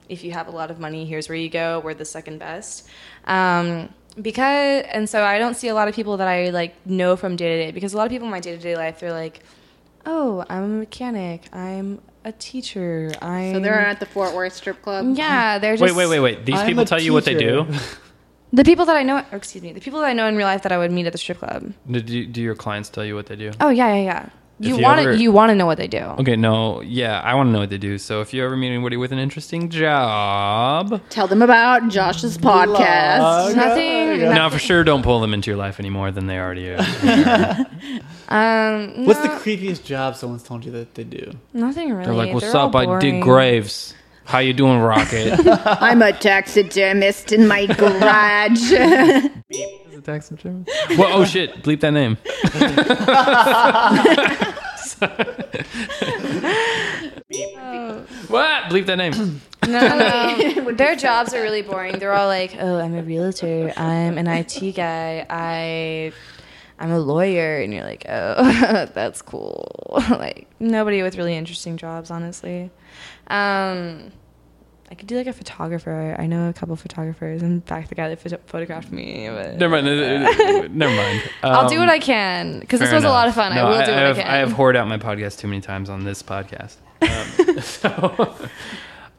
[SPEAKER 6] if you have a lot of money, here's where you go. We're the second best. Um, because and so I don't see a lot of people that I like know from day to day because a lot of people in my day to day life they're like, oh, I'm a mechanic. I'm a teacher. I'm
[SPEAKER 3] So
[SPEAKER 2] mm.
[SPEAKER 3] they're at the Fort Worth strip club.
[SPEAKER 6] yeah. They're
[SPEAKER 1] Wait,
[SPEAKER 6] just
[SPEAKER 1] wait, wait, wait. These
[SPEAKER 4] I'm
[SPEAKER 1] people
[SPEAKER 4] a
[SPEAKER 1] tell you what they
[SPEAKER 4] teacher.
[SPEAKER 1] do?
[SPEAKER 6] The people that I know, or excuse me, the people that I know in real life that I would meet at the strip club.
[SPEAKER 2] Do, do, do your clients tell you what they do?
[SPEAKER 6] Oh yeah, yeah, yeah. You
[SPEAKER 2] you
[SPEAKER 6] want
[SPEAKER 2] ever-
[SPEAKER 6] to you want to know what they do.
[SPEAKER 2] Okay, no, yeah, I want to know what they do. So if you ever meet anybody with an interesting job,
[SPEAKER 3] Tell them about Josh's podcast.
[SPEAKER 4] Blog.
[SPEAKER 6] Nothing.
[SPEAKER 4] Yeah.
[SPEAKER 2] now for sure don't pull them into your life any more than they already are.
[SPEAKER 6] Um,
[SPEAKER 4] What's the
[SPEAKER 6] no-
[SPEAKER 4] creepiest job someone's told you that they do?
[SPEAKER 6] nothing really?
[SPEAKER 2] They're like, "What's
[SPEAKER 6] all
[SPEAKER 2] up? I dig
[SPEAKER 6] boring."
[SPEAKER 2] graves. How you doing, Rocket?"
[SPEAKER 3] I'm a taxidermist in my garage.
[SPEAKER 2] Whoa, oh shit, bleep that name. what? Bleep that name.
[SPEAKER 6] No, no, no. Their jobs are really boring. They're all like, "Oh, I'm a realtor. I'm an IT guy. I." I'm a lawyer, and you're like, oh, that's cool. like nobody with really interesting jobs, honestly. Um, I could do like a photographer. I know a couple photographers. In fact, the guy that photo- photographed me. But
[SPEAKER 2] Never mind. uh, Never mind.
[SPEAKER 6] I'll do
[SPEAKER 2] Um,
[SPEAKER 6] what I can because this
[SPEAKER 2] fair
[SPEAKER 6] was a lot of
[SPEAKER 2] enough.
[SPEAKER 6] fun.
[SPEAKER 2] No,
[SPEAKER 6] I will do what
[SPEAKER 2] have,
[SPEAKER 6] I can.
[SPEAKER 2] have whored out my podcast too many times on this podcast. Um, so,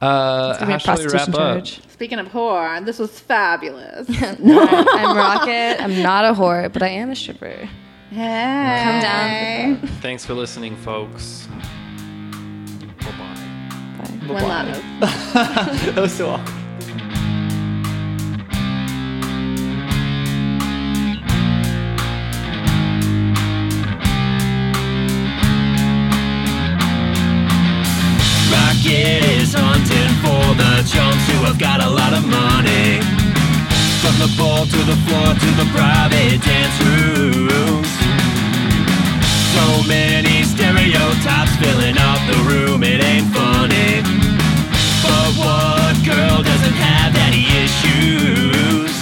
[SPEAKER 2] uh,
[SPEAKER 6] Give me
[SPEAKER 2] how
[SPEAKER 6] a
[SPEAKER 2] shall we wrap
[SPEAKER 6] prostitution
[SPEAKER 2] up?
[SPEAKER 6] charge.
[SPEAKER 3] Speaking of whore, this was fabulous.
[SPEAKER 6] I'm Rocket. I'm not a whore, but I am a stripper.
[SPEAKER 3] Hey.
[SPEAKER 6] Come down.
[SPEAKER 2] Thanks for listening, folks. Bye-bye.
[SPEAKER 6] Bye.
[SPEAKER 3] One love.
[SPEAKER 4] that was so awkward.
[SPEAKER 7] Rocket is hunting for the chumps who have got a lot of money. From the ball to the floor to the private dance rooms. So many stereotypes filling up the room, it ain't funny. But what girl doesn't have daddy issues?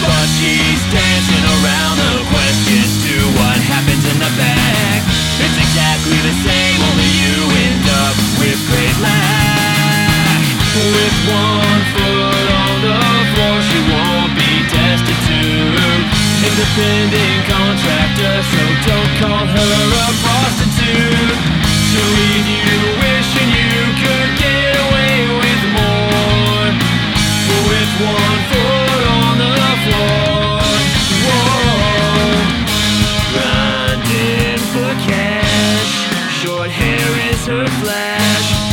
[SPEAKER 7] But she's dancing around the questions to what happens in the back. It's exactly the same, only you end up with great lack. With one foot on the floor, she won't be destitute. Independent contractor, so don't call her a prostitute. So leave you wishing you could get away with more with one foot on the floor. Whoa. Grinding for cash, short hair is her flash.